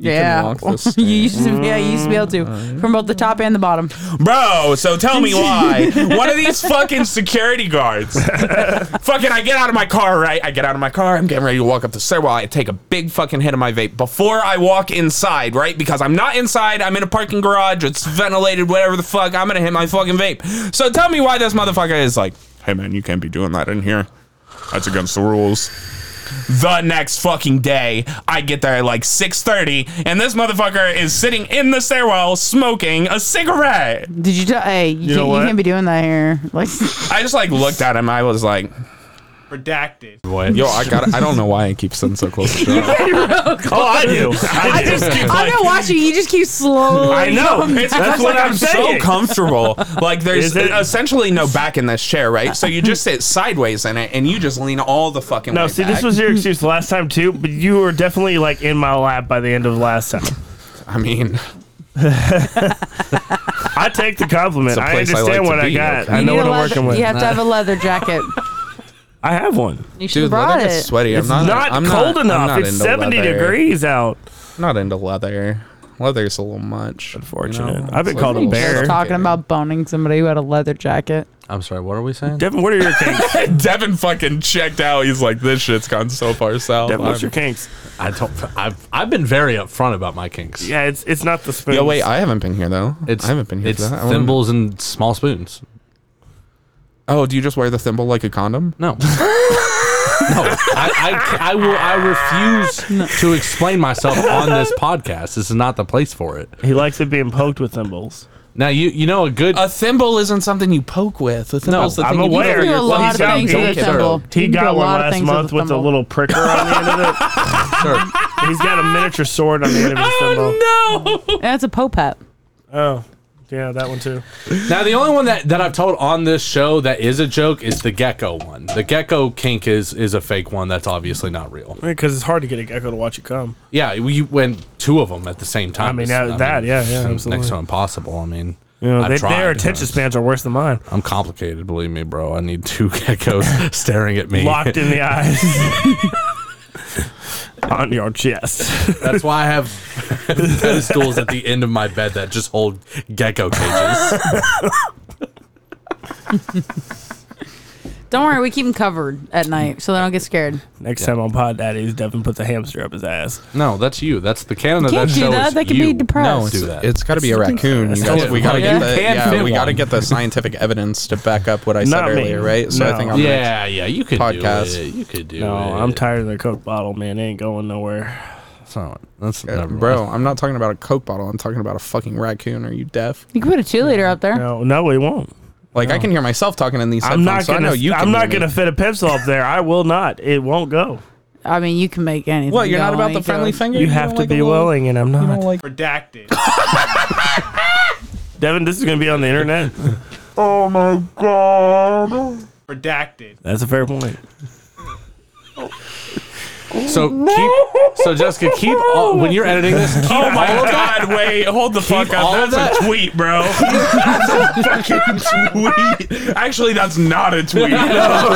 S6: You can
S7: yeah,
S6: lock the
S2: *laughs*
S7: *laughs* you used
S6: stairs.
S7: to, yeah, you used to be able to from both the top and the bottom.
S6: Bro, so tell me why. One of these fucking security guards. fucking, I get out of my car, right? I get out of my car. I'm getting ready to walk up the stairwell. I take a big fucking hit of my vape before I walk inside, right? Because I'm not inside. I'm in a parking garage. It's ventilated, whatever the fuck. I'm going to hit my fucking vape. So tell me why this motherfucker is like, hey, man, you can't be doing that in here. That's against the rules. The next fucking day, I get there at like 6:30, and this motherfucker is sitting in the stairwell smoking a cigarette.
S7: Did you tell? Hey, you,
S1: know
S7: can't, you
S1: what?
S7: can't be doing that here. *laughs* Like,
S6: I just like looked at him. I was like,
S1: Redacted.
S8: Yo, I got. I don't know why I keep sitting so close
S1: *laughs*
S8: to John.
S1: Oh, I do. I, do.
S7: *laughs*
S6: just keep
S7: I'm
S6: like-
S7: not watching. You just keep slowly.
S6: I know.
S7: going
S6: It's
S7: down.
S6: just like
S1: what
S6: I'm
S1: I'm saying.
S6: so comfortable. Like there's
S1: Is it-
S6: essentially no back in this chair, right? So you just sit sideways in it, and you just lean all the fucking.
S1: No,
S6: way
S1: see,
S6: back.
S1: this was your excuse last time too, but you were definitely like in my lap by the end of last time.
S6: I mean,
S1: I take the compliment.
S6: It's a
S1: I
S6: place I like
S1: understand
S6: to
S1: what I
S6: be,
S1: got.
S6: okay?
S1: I
S7: You
S1: know
S7: need
S1: what I'm
S7: a leather-
S1: working with.
S7: You have to have a leather jacket.
S1: I have one.
S7: You should have
S8: Dude,
S7: brought
S8: leather
S7: it.
S8: is sweaty. I'm
S1: It's
S8: not.
S1: not,
S8: I'm
S1: cold
S8: not- I'm
S1: enough.
S8: not
S1: it's
S8: into
S1: 70
S8: leather.
S1: degrees out.
S8: I'm not into leather. Leather's a little much.
S1: Unfortunate.
S8: You know,
S1: I've been
S8: it's
S1: called a
S8: little
S1: bear.
S7: Just talking about boning somebody who had a leather jacket. *laughs*
S2: I'm sorry, what are we saying?
S1: Devin, what are your kinks?
S6: *laughs* Devin fucking checked out. He's like, this shit's gone so far south.
S1: Devin, what's your kinks?
S2: I don't I've I've been very upfront about my kinks.
S1: Yeah, it's it's not the spoon.
S8: Yo, wait. I haven't been here though.
S2: It's
S8: I haven't been here.
S2: it's
S8: for that. I wanna-
S2: thimbles and small spoons.
S8: Oh, do you just wear the thimble like a condom?
S2: *laughs* No. no. I, I, I will I refuse to explain myself on this podcast. This is not the place for it.
S1: he likes it being poked with thimbles.
S2: Now you you know a good
S6: A thimble isn't something you poke with. A thimble's the
S2: I
S1: I'm
S6: thing you
S7: You
S1: aware.
S7: can do a
S1: Well,
S7: lot
S1: he's
S7: of
S1: got
S7: things
S1: me.
S7: with a
S6: Sure.
S7: thimble.
S1: He
S7: You can do
S1: got
S7: a
S1: one
S7: lot of
S1: last
S7: things
S1: month with a
S7: thimble.
S1: little pricker on the end of it.
S2: sir,
S1: He's got a miniature sword on the end of his thimble.
S7: That's a popap.
S1: Oh, yeah, that one too.
S2: Now the only one that, that I've told on this show that is a joke is the gecko one. The gecko kink is is a fake one that's obviously not real.
S1: Because it's hard to get a gecko to watch you come.
S2: Yeah, you went two of them at the same time.
S1: I mean,
S2: It's-
S1: that- that, yeah, yeah,
S2: *laughs* next
S1: absolutely.
S2: to impossible. I mean,
S1: You know,
S2: I've
S1: they,
S2: tried,
S1: their attention
S2: you know,
S1: spans are worse than *laughs* mine.
S2: I'm complicated, believe me, bro. I need two *laughs*
S1: *laughs*
S2: geckos staring at me.
S1: Locked in the eyes. *laughs* on your
S2: *laughs*
S1: chest. *laughs*
S2: That's why I have pedestals at the end of my bed that just hold gecko
S1: *laughs*
S2: cages.
S7: Don't worry, we keep them covered at night so they don't get scared.
S1: Next time on Pod Daddies, Devin puts a hamster up his ass.
S2: No, that's you. That's the canon of
S7: Can't
S2: that
S7: do
S2: show.
S7: that.
S2: is
S7: That could
S2: you.
S7: be depressed.
S2: do that.
S8: It's got to be a raccoon. You guys, we got to
S2: Yeah.
S8: get the
S2: You can fit
S8: yeah, we got to
S2: one.
S8: get the *laughs* scientific evidence to back up what I said
S1: Not me.
S8: earlier, right? So
S1: No.
S8: I think I'm gonna-
S2: yeah, yeah, you could
S8: Podcast.
S2: do it. You could do
S1: No,
S2: it.
S1: I'm tired of the Coke bottle, man. It ain't going nowhere.
S2: That's not. That's
S8: Uh,
S2: never
S8: bro, I'm not talking about a Coke bottle. I'm talking about a fucking raccoon. Are you deaf?
S7: You can put a cheerleader up there.
S1: No, no, we won't.
S8: Like I can hear myself talking in these
S1: I'm
S8: headphones.
S1: not
S8: so I
S1: gonna.
S8: know you.
S1: I'm
S8: can
S1: not
S8: hear me.
S1: gonna fit a pencil up there. I will not. It won't go.
S7: I mean, you can make anything.
S8: What? You're not
S7: go
S8: about
S7: on.
S8: the
S7: You
S8: friendly
S7: can-
S8: finger.
S1: You
S8: *laughs* don't
S1: have to
S8: like a
S1: be
S8: little-
S1: willing, and I'm
S8: You don't
S1: not.
S8: like.
S1: Redacted. Devin, this is going to be on the internet.
S5: Oh my god.
S1: Redacted. *laughs* That's a fair point.
S2: So keep. So Jessica, keep all, when you're editing this. Keep
S4: Oh my
S2: all of that.
S4: god, wait, hold the fuck
S2: all
S4: up.
S2: of
S4: That's
S2: that?
S4: a tweet, bro. that's a fucking tweet. Actually, that's not a
S6: *laughs*
S4: tweet.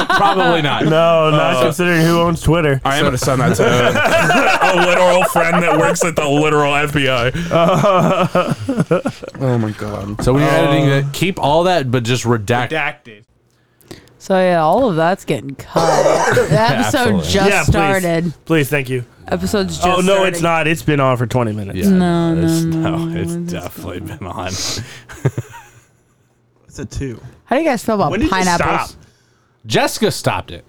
S2: Probably not.
S1: No, not considering who owns *laughs* Twitter.
S4: I am gonna send that to a literal friend that works at the literal FBI.
S6: Oh my god.
S2: So when you're editing it, keep all that, but just redact.
S1: Redacted.
S7: So yeah, all of that's getting cut. *laughs* the episode
S2: absolutely.
S7: just
S1: yeah, please.
S7: started.
S1: Please, thank you.
S7: Episode's just
S1: oh, no,
S7: starting.
S1: it's not. It's been on for 20 minutes.
S2: Yeah,
S7: No, no,
S2: it's,
S7: no,
S2: no, it's definitely been on.
S8: It's a two.
S7: How do you guys feel about
S8: When did you
S7: pineapples?
S8: stop?
S2: Jessica stopped it.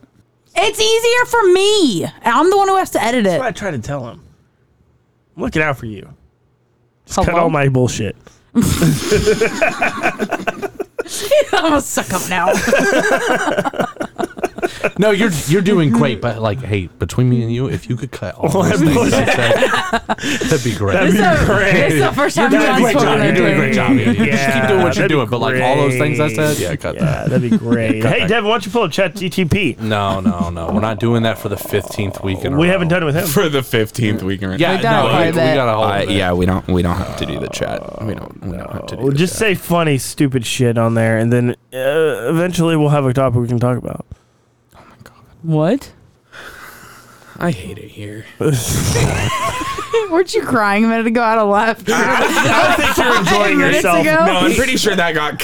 S7: It's easier for me. I'm the one who has to edit
S1: That's what
S7: it.
S1: I try to tell him. I'm looking out for you. Just cut
S7: Hello?
S1: all my bullshit.
S7: *laughs* I'm gonna suck up now.
S1: *laughs*
S2: No, you're you're doing great, but like, hey, between me and you, if you could cut all
S1: Oh,
S2: those
S1: I'm
S2: things, you said, that'd be great.
S1: That'd
S7: This
S1: be
S7: is- this is
S1: great.
S7: the first time
S1: You're
S7: John's
S1: doing a great
S7: spoken
S1: job.
S7: to
S1: You're doing a
S7: me.
S1: great job.
S2: Yeah, yeah, just keep doing what
S1: that'd
S2: you're
S1: be
S2: doing, but, like, all those things I said? Yeah, cut
S1: yeah, Uh, that'd *laughs* be great. hey, Devin, why don't you pull up Chat GTP?
S2: no, no, no, we're not doing that for the fifteenth week in a
S1: We
S2: row.
S1: haven't done it with him.
S6: For the fifteenth week. in a row.
S2: Yeah,
S7: We've done it
S2: no,
S7: quite
S2: we,
S7: a
S2: we
S7: bit.
S2: got a whole.
S6: Uh, yeah, we don't. We don't have to do the chat. We don't. We don't have to do.
S1: Well,
S6: the
S1: just
S6: chat.
S1: say funny, stupid shit on there, and then uh, eventually we'll have a topic we can talk about. *laughs*
S7: What?
S6: I hate it here.
S7: Weren't you crying a minute ago out of laugh?
S1: *laughs* I think you're enjoying
S7: minutes
S1: yourself.
S7: ago?
S6: No, Oh, I'm pretty sure that got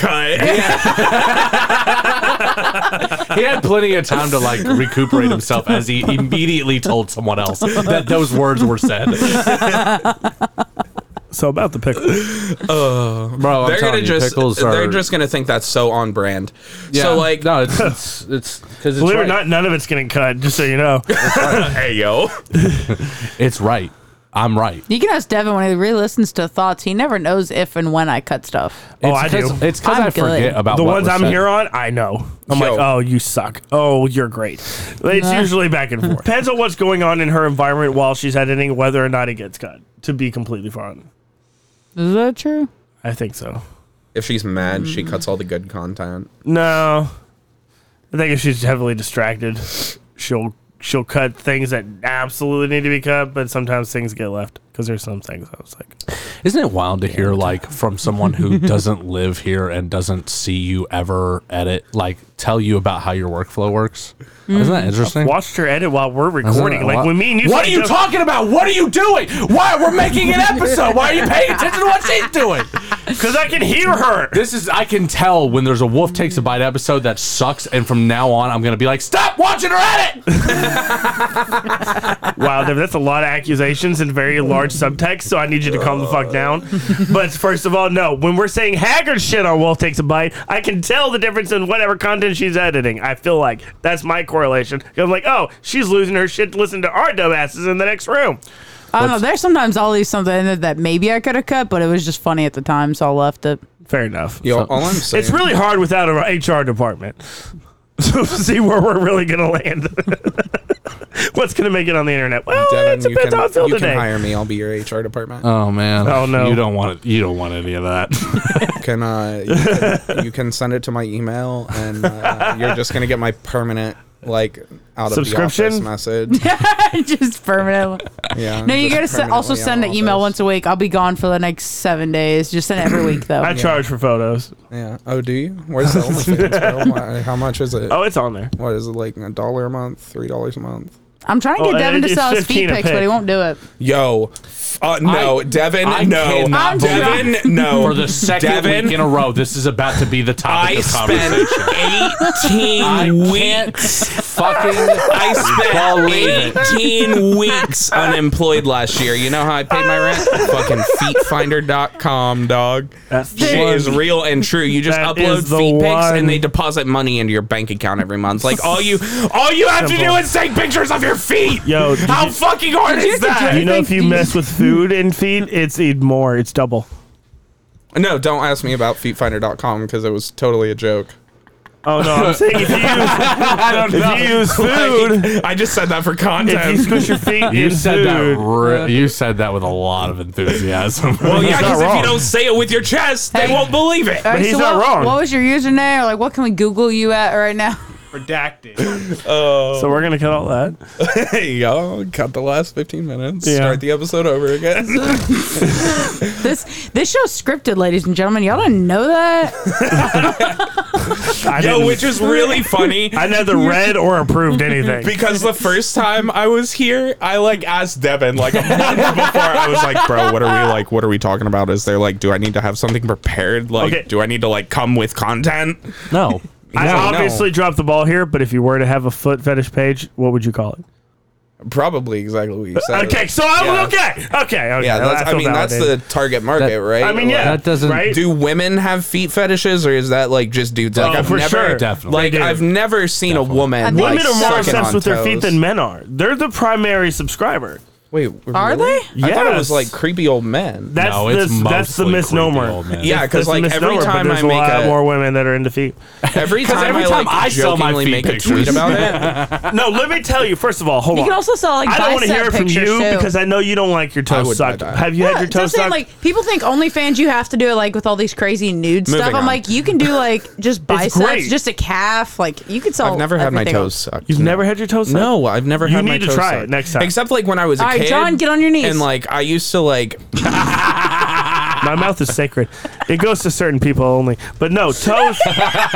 S6: *laughs* cut.
S2: He had plenty of time to like recuperate himself as he immediately told someone else that those words were said.
S1: So about the pickle,
S2: Bro, I'm
S6: they're
S2: telling
S6: gonna
S2: you,
S6: just.
S2: pickles are.
S6: They're just gonna think that's so on brand.
S2: yeah.
S6: So *laughs* like,
S2: no, it's it's it's because it's
S1: believe it or
S2: right.
S1: not, none of it's getting cut. Just so you know,
S6: hey yo,
S2: It's right. I'm right.
S7: You can ask Devin when he re-listens to thoughts. He never knows if and when I cut stuff.
S1: Oh,
S2: it's
S1: I
S2: 'cause-
S1: do.
S2: It's because
S7: I'm
S2: I forget
S7: good.
S2: about
S1: the
S2: what
S1: ones
S2: was
S1: I'm
S2: said.
S1: here on, I know. I'm
S6: Yo.
S1: like, oh, you suck. Oh, you're great. It's usually back and forth. Depends on what's going on in her environment while she's editing, whether or not it gets cut. To be completely fun,
S7: Is that true?
S1: I think so.
S6: if she's mad, she cuts all the good content.
S1: No, I think if she's heavily distracted, she'll she'll cut things that absolutely need to be cut. But sometimes things get left because there's some things I was like,
S2: Isn't it wild to hear like from someone who
S1: *laughs*
S2: doesn't live here and doesn't see you ever edit, like tell you about how your workflow works? Isn't
S7: Mm.
S2: that interesting?
S1: watched her edit while we're recording.
S2: Isn't
S1: Like
S2: that
S1: when me and you,
S2: What are
S1: sat
S2: you
S1: down-
S2: talking about? What are you doing? Why we're making an episode? Why are you paying attention to what she's
S1: *laughs*
S2: doing?
S1: Because I can hear her.
S2: This is I can tell when there's a Wolf Takes a Bite episode that sucks, and from now on I'm gonna be like, stop watching her edit.
S1: Wow, Dev, that's a lot of accusations and very large subtext, so I need you to calm the fuck down. But first of all, no, when we're saying haggard shit on Wolf Takes a Bite, I can tell the difference in whatever content she's editing. I feel like that's my correlation. I'm like, oh, she's losing her shit to listen to our dumbasses in the next room.
S7: I don't know. There's sometimes I'll leave something in there that maybe I could have cut, but it was just funny at the time, so I left it.
S1: Fair enough.
S6: Yo, all *laughs* I'm saying.
S1: It's really hard without an HR department. So *laughs* see where we're really going to land. *laughs* What's going to make it on the internet? Well,
S6: Devin,
S1: it's a
S6: you
S1: bit
S6: can,
S1: on sale
S6: you
S1: today.
S6: can hire me. I'll be your HR department.
S2: Oh man.
S1: Oh, no.
S2: You don't want it. You don't want any of that.
S6: can uh,
S2: *laughs*
S6: you can, you can send it to my email, and uh, you're just gonna get my permanent like out
S1: Subscription?
S6: of the office
S2: *laughs*
S6: message.
S7: *laughs* just
S1: *laughs*
S7: permanently.
S6: Yeah.
S7: No, you
S6: just
S7: gotta se- also
S6: permanently
S7: send
S6: out
S7: an
S6: of
S7: email once
S6: office.
S7: a week. I'll be gone for the next seven days. Just send it every week though.
S1: I charge for photos.
S6: Yeah. Oh, do you?
S7: *laughs*
S6: Where's the OnlyFans? bro? Why- How much is it?
S1: Oh, it's on there.
S6: What is it like? A dollar a month? Three dollars a month?
S7: I'm trying to
S1: Oh,
S7: get
S1: and
S7: Devin
S1: it-
S7: to
S1: it's
S7: sell his
S1: 15
S7: feet
S1: a
S7: pics, but
S1: pic.
S7: he won't do it.
S6: Yo, f- uh, no,
S2: I-
S6: Devin,
S2: I
S6: no,
S2: cannot I'm believe
S6: Devin, no.
S2: For the second
S6: Devin,
S2: week in a row, this is about to be the topic
S6: I
S2: of conversation.
S6: spent
S2: I
S6: eighteen
S2: can't
S6: weeks.
S2: fucking
S6: *laughs* I spent
S2: believe it.
S6: 18 weeks unemployed last year. You know how I paid my rent? Fucking feetfinder.com, dog. That shit
S1: one-
S6: is real and true. You just
S1: That
S6: upload
S1: is the
S6: feet pics
S1: one.
S6: and they deposit money into your bank account every month. Like all you all you have to do
S1: Simple.
S6: is take pictures of your feet.
S1: Yo, did
S6: how
S1: you-
S6: fucking hard
S7: Did you
S6: is
S7: get to
S6: that?
S1: You know, if
S7: think
S1: you
S7: these-
S1: mess with food and feet, it's even more. It's double.
S6: No, don't ask me about feetfinder.com because it was totally a joke.
S1: Oh no, I'm saying if you use, if you use food,
S4: I just said that for
S1: if *laughs* you
S4: context.
S1: squish your feet
S8: You
S1: in
S8: said that.
S1: food,
S8: Re- you said that with a lot of enthusiasm.
S4: well, yeah,
S1: He's not
S4: because if
S1: wrong.
S4: you don't say it with your chest, they
S7: Hey.
S4: won't believe it.
S7: All right,
S1: he's not
S7: what,
S1: wrong.
S7: What was your username? Or like, what can we Google you at right now? *laughs*
S8: redacted.
S1: so we're gonna cut all that.
S6: *laughs* Hey, y'all, cut the last 15 minutes.
S1: Yeah.
S6: Start the episode over again. *laughs*
S7: This this show's scripted, ladies and gentlemen. Y'all didn't know that.
S4: Yo,
S1: I didn't-
S4: which is
S6: *laughs*
S4: really funny.
S1: I neither read or approved anything.
S6: Because the first time I was here, I like asked Devin like a *laughs* month before. I was like, "Bro, what are we like? What are we talking about? Is there like, do I need to have something prepared? Like,
S1: Okay.
S6: do I need to like come with content?"
S2: No.
S1: I
S6: No, no.
S1: obviously dropped the ball here, but if you were to have a foot fetish page, what would you call it?
S6: Probably exactly what you said.
S1: Okay, so I'm
S6: Uh, Yeah.
S1: okay. Okay, okay.
S6: Yeah, that's, I,
S1: feel
S6: mean
S1: validated.
S6: that's the target market,
S2: That-
S6: right?
S1: I mean,
S6: Like,
S1: yeah,
S2: That doesn't-
S1: right.
S6: Do women have feet fetishes, or is that like just dudes? Like
S1: Oh,
S6: I've
S1: for
S6: never,
S1: sure.
S2: Definitely.
S6: like
S1: They do.
S6: I've never seen a
S7: I
S6: woman.
S7: think-
S6: Like,
S1: Women are more
S6: sucking
S1: obsessed
S6: on
S1: with their feet
S6: toes.
S1: than men are. They're the primary subscriber.
S6: Wait,
S7: Are
S6: really?
S7: they?
S6: I thought it
S1: Yes.
S6: was like creepy old men.
S1: That's
S8: no,
S1: the,
S8: it's mostly
S1: that's the
S8: creepy
S1: misnomer.
S8: old men.
S6: yeah,
S1: That's
S6: because
S1: the
S6: like
S1: misnomer,
S6: every
S1: but
S6: time I
S1: there's a
S6: make
S1: lot
S6: a,
S1: more women that are into feet.
S6: *laughs* every time
S8: every
S6: I
S8: time
S6: like
S8: I sell my
S6: jokingly
S8: feet
S6: make a tweet
S8: pictures.
S1: *laughs*
S6: about it,
S1: No, let me tell you. First of all, hold
S7: You
S1: on.
S7: can also sell like
S1: I don't want to
S7: bicep
S1: hear it from you
S7: pictures, too.
S1: because I know you don't like your toes
S6: would
S1: sucked.
S6: not die.
S1: Have *laughs* you
S7: *laughs*
S1: had your
S7: so I'm
S1: toes sucked?
S7: saying, like people think OnlyFans you have to do it like with all these crazy nude stuff.
S6: Moving
S7: I'm
S6: on.
S7: like, you can
S1: *laughs*
S7: do like just
S1: great.
S7: biceps, just a calf. Like you could sell.
S6: I've never had my
S7: Oh, everything.
S6: toes sucked.
S1: You've never had your toes sucked?
S6: No, I've never
S1: You
S6: had my
S1: need to
S6: toes
S1: try it
S6: sucked.
S1: next time.
S6: Except like when I was a
S7: All right,
S6: kid.
S7: John, get on your knees.
S6: And like I used to like
S7: ah.
S1: My mouth is sacred. It goes to certain people only. But
S7: *laughs*
S1: no, toes.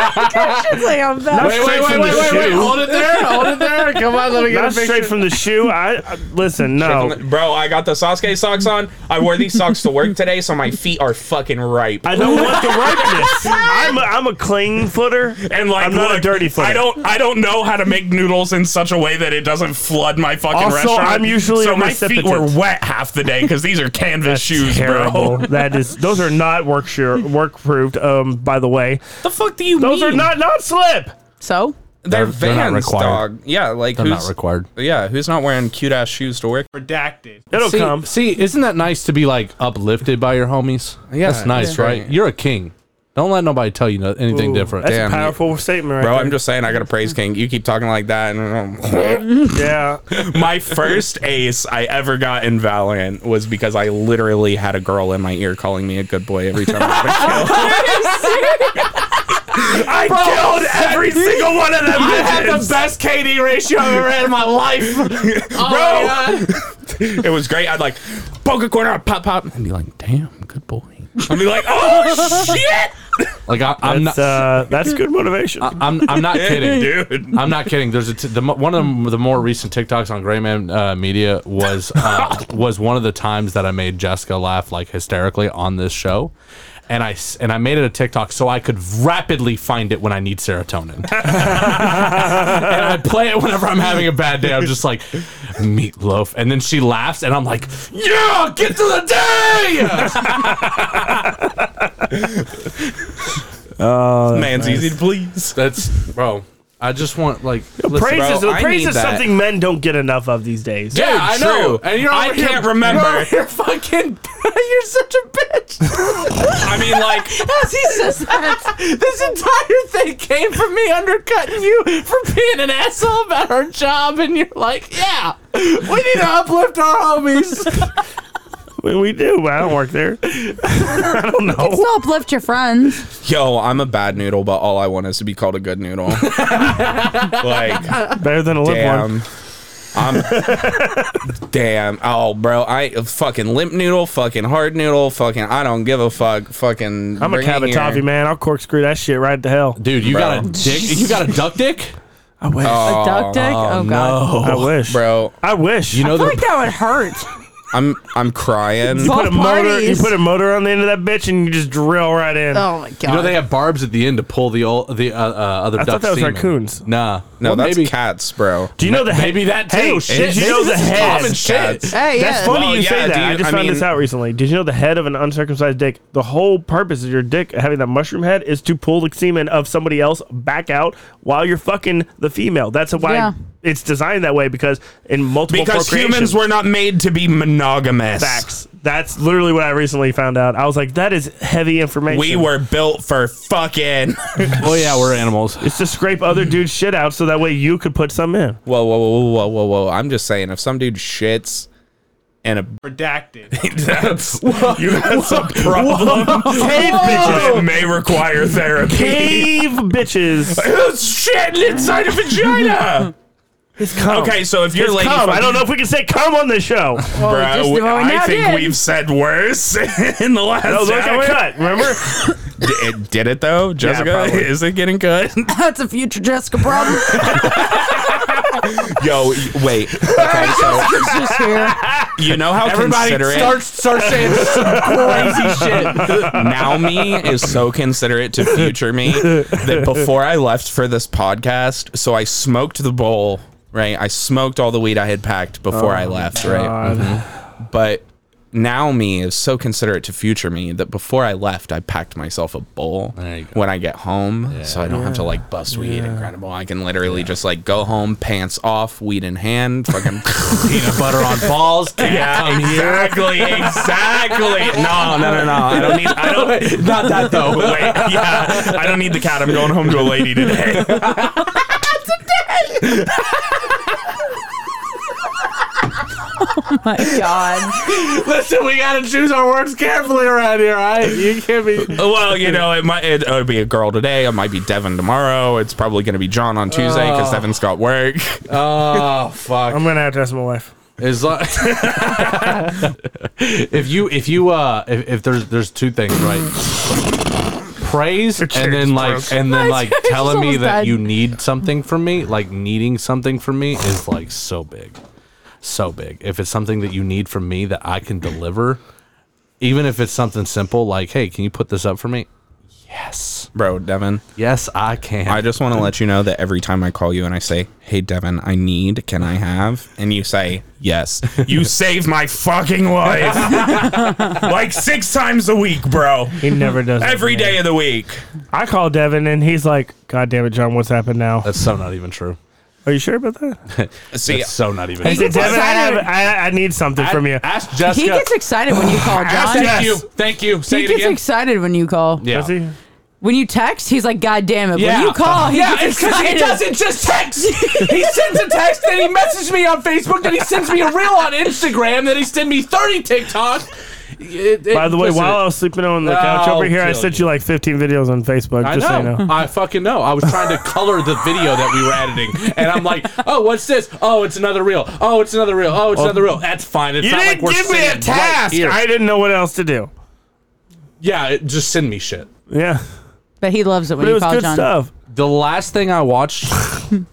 S7: It's like,
S1: *laughs*
S7: I'm back.
S1: Not straight from the shoe.
S8: it there. Hold it there. Come on, let me
S1: Not straight from the shoe. I, I listen. No,
S6: Bro, I got the Sasuke socks on. I wore these socks to work today, so my feet are fucking ripe.
S1: I don't
S7: *laughs*
S1: want the ripeness. I'm a, I'm a clean footer.
S4: And like,
S1: I'm not a
S4: look,
S1: dirty footer.
S4: I don't, I don't know how to make noodles in such a way that it doesn't flood my fucking
S1: Also,
S4: restaurant.
S1: I'm usually
S4: so
S1: a
S4: my feet
S1: recipient.
S4: were wet half the day because these are canvas shoes,
S1: Terrible.
S4: bro.
S1: That is. Those are not work sure, work proved. Um. By the way,
S4: The fuck do you
S1: those
S4: mean?
S1: are not not slip.
S7: so
S2: They're-
S6: They're,
S2: they're not
S6: Vans,
S2: required.
S6: dog. Yeah, like
S2: They're
S6: who's
S2: not required.
S6: Yeah, who's not wearing cute ass shoes to work?
S8: redacted.
S6: Oh,
S1: It'll
S2: See,
S1: come.
S2: see, isn't that nice to be like uplifted by your homies?
S6: Yeah,
S2: That's nice,
S6: yeah.
S2: right? You're a king. Don't let nobody tell you no- anything different.
S1: That's
S6: Damn,
S1: a
S6: you-
S1: powerful statement, right
S6: Bro,
S1: there.
S6: I'm just saying I gotta praise King. You keep talking like *laughs* that and
S1: yeah.
S6: my first ace I ever got in Valiant was because I literally had a girl in my ear calling me a good boy every time I got *laughs* a kill.
S1: I killed
S6: *laughs*
S1: every single one of them. bitches.
S6: best KD ratio I've ever had in my life. Oh,
S1: Oh,
S6: Bro, it was great. I'd like poke a corner, I'd pop, pop, and be like, damn, good boy. I'd be like,
S1: *laughs*
S6: oh, shit.
S2: Like I, I'm
S1: That's,
S2: not. Uh,
S1: uh, that's good motivation.
S2: I'm, I'm *laughs* not kidding,
S6: Dude.
S2: I'm not kidding. There's a t- the, mo- one of the, the more recent TikToks on Grayman uh, Media was *laughs* uh, was one of the times that I made Jessica laugh like hysterically on this show, and I s- and I made it a TikTok so I could rapidly find it when I need *laughs* serotonin, and I play it whenever I'm having a bad day. I'm just like meatloaf, and then she laughs, and I'm like, yeah, get to the day.
S6: Man's easy to please.
S2: That's bro. I just want like listen,
S1: praise
S6: bro,
S1: is,
S6: I
S1: praise
S6: need
S1: is
S6: that.
S1: something men don't get enough of these days.
S2: Yeah, I
S6: true.
S2: know. And you're
S6: I
S2: over here-
S6: can't remember.
S2: *laughs* You're, over here fucking. you're such a bitch.
S6: I
S2: *laughs*
S6: mean, like,
S7: as he says that,
S2: This entire thing came from me undercutting you for being an asshole about our job, and you're like, yeah, we need to uplift our homies.
S1: We, we do, but I don't work there. I don't know.
S7: still uplift your friends.
S6: yo, I'm a bad noodle, but all I want is to be called a
S1: *laughs*
S6: good noodle. like,
S1: Better than a lip one.
S6: damn. I'm damn. Oh, bro, I fucking limp noodle, fucking hard noodle, fucking I don't give a fuck,
S1: I'm
S6: fucking.
S1: a
S6: bring it here.
S1: cavatappi man. I'll corkscrew that shit right to hell.
S2: Dude, you
S6: got a
S2: dick? You got a duck dick?
S1: I wish.
S7: a duck dick. Oh, god.
S1: I wish,
S6: Bro,
S1: I wish.
S2: You know
S7: I feel
S2: the
S7: like that would hurt.
S6: I'm I'm crying.
S1: put a
S7: Both
S1: motor. You
S7: parties.
S1: put a motor on the end of that bitch, and you just drill right in.
S7: Oh my god.
S2: you know they have barbs at the end to pull the old the uh, uh, other
S1: I
S2: duck
S1: thought that was
S2: semen.
S1: raccoons.
S2: Nah,
S6: No,
S2: Well,
S6: that's
S2: maybe
S6: cats, bro.
S1: Do you know the
S2: maybe that too.
S1: Hey,
S2: Shit,
S1: Did you
S2: maybe
S1: know the
S2: this is common
S1: head?
S2: shit.
S1: That's
S7: Hey, yeah.
S1: funny
S6: Well,
S1: you say
S6: yeah,
S1: that. I
S6: dude,
S1: just
S6: I
S1: found this
S6: mean-
S1: out recently. Did you know the head of an uncircumcised dick? The whole purpose of your dick having that mushroom head is to pull the semen of somebody else back out while you're fucking the female. That's why
S7: Yeah.
S1: it's designed that way because in multiple
S4: Because
S1: procreation-
S4: humans were not made to be monogamous.
S1: facts. That's literally what I recently found out. I was like, that is heavy information. *laughs*
S6: We were built for fucking.
S8: Oh yeah, we're animals.
S1: It's to scrape
S6: *laughs*
S1: other dude's shit out so that way you could put some in.
S9: Whoa, whoa, whoa, whoa, whoa, whoa! I'm just saying, if some dude shits and a
S8: Redacted.
S6: *laughs* That's you had some problem
S1: Oh!
S6: that may require therapy.
S1: Cave bitches.
S6: It's shit inside a vagina.
S1: *laughs* It's cum.
S6: Okay, so if you're
S1: It's
S6: lady,
S1: cum. I
S6: fucking-
S1: don't know if we can say cum on this show.
S6: bro.
S10: just the one
S6: I
S10: now
S6: think
S10: did.
S6: we've said worse *laughs* in the last.
S1: No, those got
S6: hour.
S1: cut. Remember?
S6: D- it did it though, Jessica.
S1: probably.
S6: is it getting cut?
S7: That's a future Jessica *laughs* problem.
S6: Yo, y- wait. Okay, *laughs* so
S7: just here. *laughs*
S6: you know how considerate
S8: start saying crazy shit.
S6: now me is so considerate to future me that before I left for this podcast, so I smoked the bowl. Right, I smoked all the weed I had packed before
S2: Oh
S6: I left. Right, Mm-hmm. but now me is so considerate to future me that before I left, I packed myself a bowl
S2: There you go.
S6: when I get home, so I don't have to like bust weed. Incredible! I can literally just like go home, pants off, weed in
S2: *laughs*
S6: hand, fucking peanut butter on balls. Yeah, exactly, exactly. No, no, no, no. I don't need. I don't. Not that though. Wait, yeah, I don't need the cat. I'm going home to a lady today.
S7: Oh My God.
S8: Listen, we gotta choose our words carefully around here. All right, you can't be.
S6: well, you know, it might it, would be a girl today. It might be Devin tomorrow. It's probably going to be John on Tuesday because Devin's got work. *laughs*
S2: Oh fuck!
S1: I'm gonna have to ask my wife.
S2: As lo- *laughs* if you if you uh if, if there's there's two things right. Praise and
S1: chair's
S2: then like
S1: broke.
S2: and then like
S7: chair's
S2: telling me
S7: almost
S2: that
S7: dead.
S2: you need something from me, like needing something from me is like so big. So big. If it's something that you need from me that I can deliver, even if it's something simple like, "Hey, can you put this up for me?" Yes.
S9: bro, Devin.
S2: Yes, I can.
S9: I just want to let you know that every time I call you and I say, "Hey, Devin, I need, can I have?" and you say, "Yes,"
S6: You saved my fucking life.
S9: *laughs*
S6: like six times a week, bro.
S1: He never does. that
S6: Every
S1: to me.
S6: day of the week.
S1: I call Devin and he's like, "God damn it, John, what's happened now?
S2: That's so not even true.
S1: Are you sure about that?"
S6: See,
S2: That's so not even
S1: I
S2: true.
S1: said, Devin, I, have, I, I need something from you.
S8: Ask Jessica.
S7: He gets excited when you call,
S1: Ask
S7: John.
S1: Jessica.
S8: Thank you.
S1: Yes.
S8: Thank you. Say
S7: He
S8: it
S7: gets
S8: again.
S7: excited when you call.
S1: Does he?
S7: When you text, he's like, God damn it.
S8: Yeah.
S7: When you call, he
S8: yeah,
S7: gets
S8: it's because he
S2: *laughs*
S7: excited.
S8: doesn't just text. he sends a text, then he messages me on Facebook, then he sends me a reel on Instagram, then he sends me 30 TikToks. It- it-
S1: By the way,
S8: listen,
S1: while I was sleeping on the couch
S8: I'll
S1: over here, I
S2: kill
S1: sent
S2: you.
S1: you like 15 videos on Facebook.
S8: I
S1: just so you
S8: know.
S1: know.
S8: I fucking know. I was trying to color the video that we were editing, and I'm like, "Oh, what's this? Oh, it's another reel. Oh, it's another reel. Oh, it's another reel. That's fine. It's
S1: You
S8: not
S1: didn't
S8: like we're
S1: give me
S8: sitting
S1: a task.
S8: Right here.
S1: I didn't know what else to do.
S8: yeah, it, just send me shit.
S1: Yeah,
S7: But he loves it when
S1: but it
S7: you
S1: was
S7: call
S1: good
S7: John.
S1: stuff.
S2: The last thing I
S8: *laughs*
S2: watched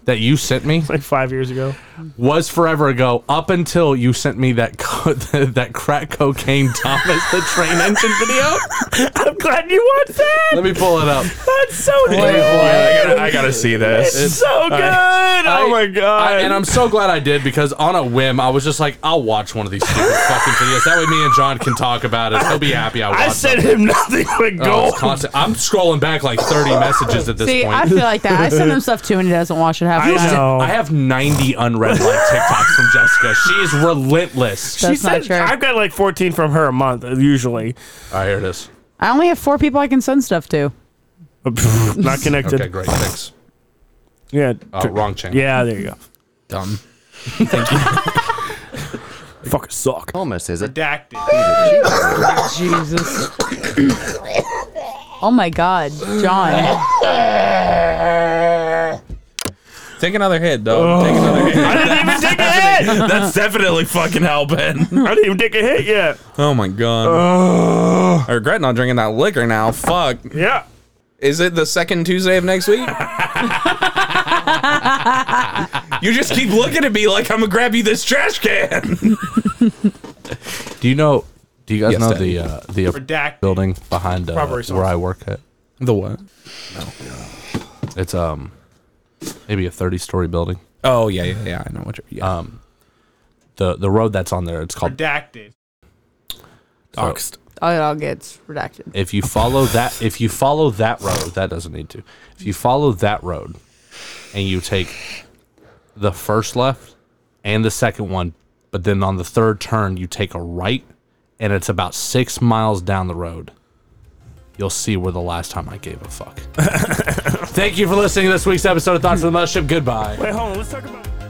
S2: that you sent me
S1: Like five years ago.
S2: was forever ago. Up until you sent me that co- *laughs* that crack cocaine Thomas the Train Engine video.
S1: I'm glad you watched that.
S2: Let me pull it up.
S1: That's so good.
S6: I, gotta, I gotta see this.
S1: It's so good. oh
S2: I-
S1: my god.
S2: I- and I'm so glad I did because on a whim, I was just like, I'll watch one of these stupid fucking videos. That way, me and John can talk about it. He'll be happy. I watched.
S1: I sent him *laughs* nothing but
S2: it. Oh,
S1: gold.
S2: it's constant. I'm scrolling back like 30 messages at this
S7: See,
S2: point.
S7: I feel like that. I send him stuff too, and he doesn't watch it half the
S1: I
S7: time.
S1: know.
S2: I have 90 unread like TikToks from Jessica. She is relentless.
S7: That's not true.
S1: I've got like 14 from her a month uh, usually. *laughs*
S2: All right, here it is.
S7: I only have four people I can send stuff to.
S1: Not connected.
S2: Okay, great. Thanks.
S1: Yeah.
S2: Uh, wrong channel.
S1: Yeah, there you go. *laughs*
S9: dumb.
S1: Fuck suck.
S11: Thomas is a
S8: Redacted.
S7: Jesus. *coughs* oh my God, John.
S9: Take another hit, though. Take another hit.
S1: I didn't even take a hit.
S6: Oh. *laughs* That's definitely fucking helping.
S1: I didn't even take a hit yet.
S9: *laughs* Oh my god. I regret not drinking that liquor now. Fuck.
S1: Yeah.
S9: Is it the second Tuesday of next
S6: *laughs*
S9: week? *laughs*
S6: You just keep looking at me like I'm gonna grab you this trash can.
S2: Do you know? Do you guys
S9: Yes,
S2: know
S9: Daddy.
S2: the uh, the
S8: Redacted.
S2: building behind uh,
S1: Robbery
S2: where I work at?
S9: The what?
S2: It's um maybe a 30 story building.
S9: Oh yeah, yeah, yeah. I know what you're.
S6: Uh,
S9: Yeah.
S2: The the road that's on there. It's called.
S8: Redacted.
S2: so
S7: Oh, it all gets redacted.
S2: if you follow that, if you follow that road, that doesn't need to. If you follow that road, and you take the first left and the second one, but then on the third turn you take a right, and it's about six miles down the road. You'll see where the last time I gave a *laughs* fuck. Thank you for listening to this week's episode of Thoughts from the Mothership. Goodbye.
S1: Wait, hold on. Let's talk about.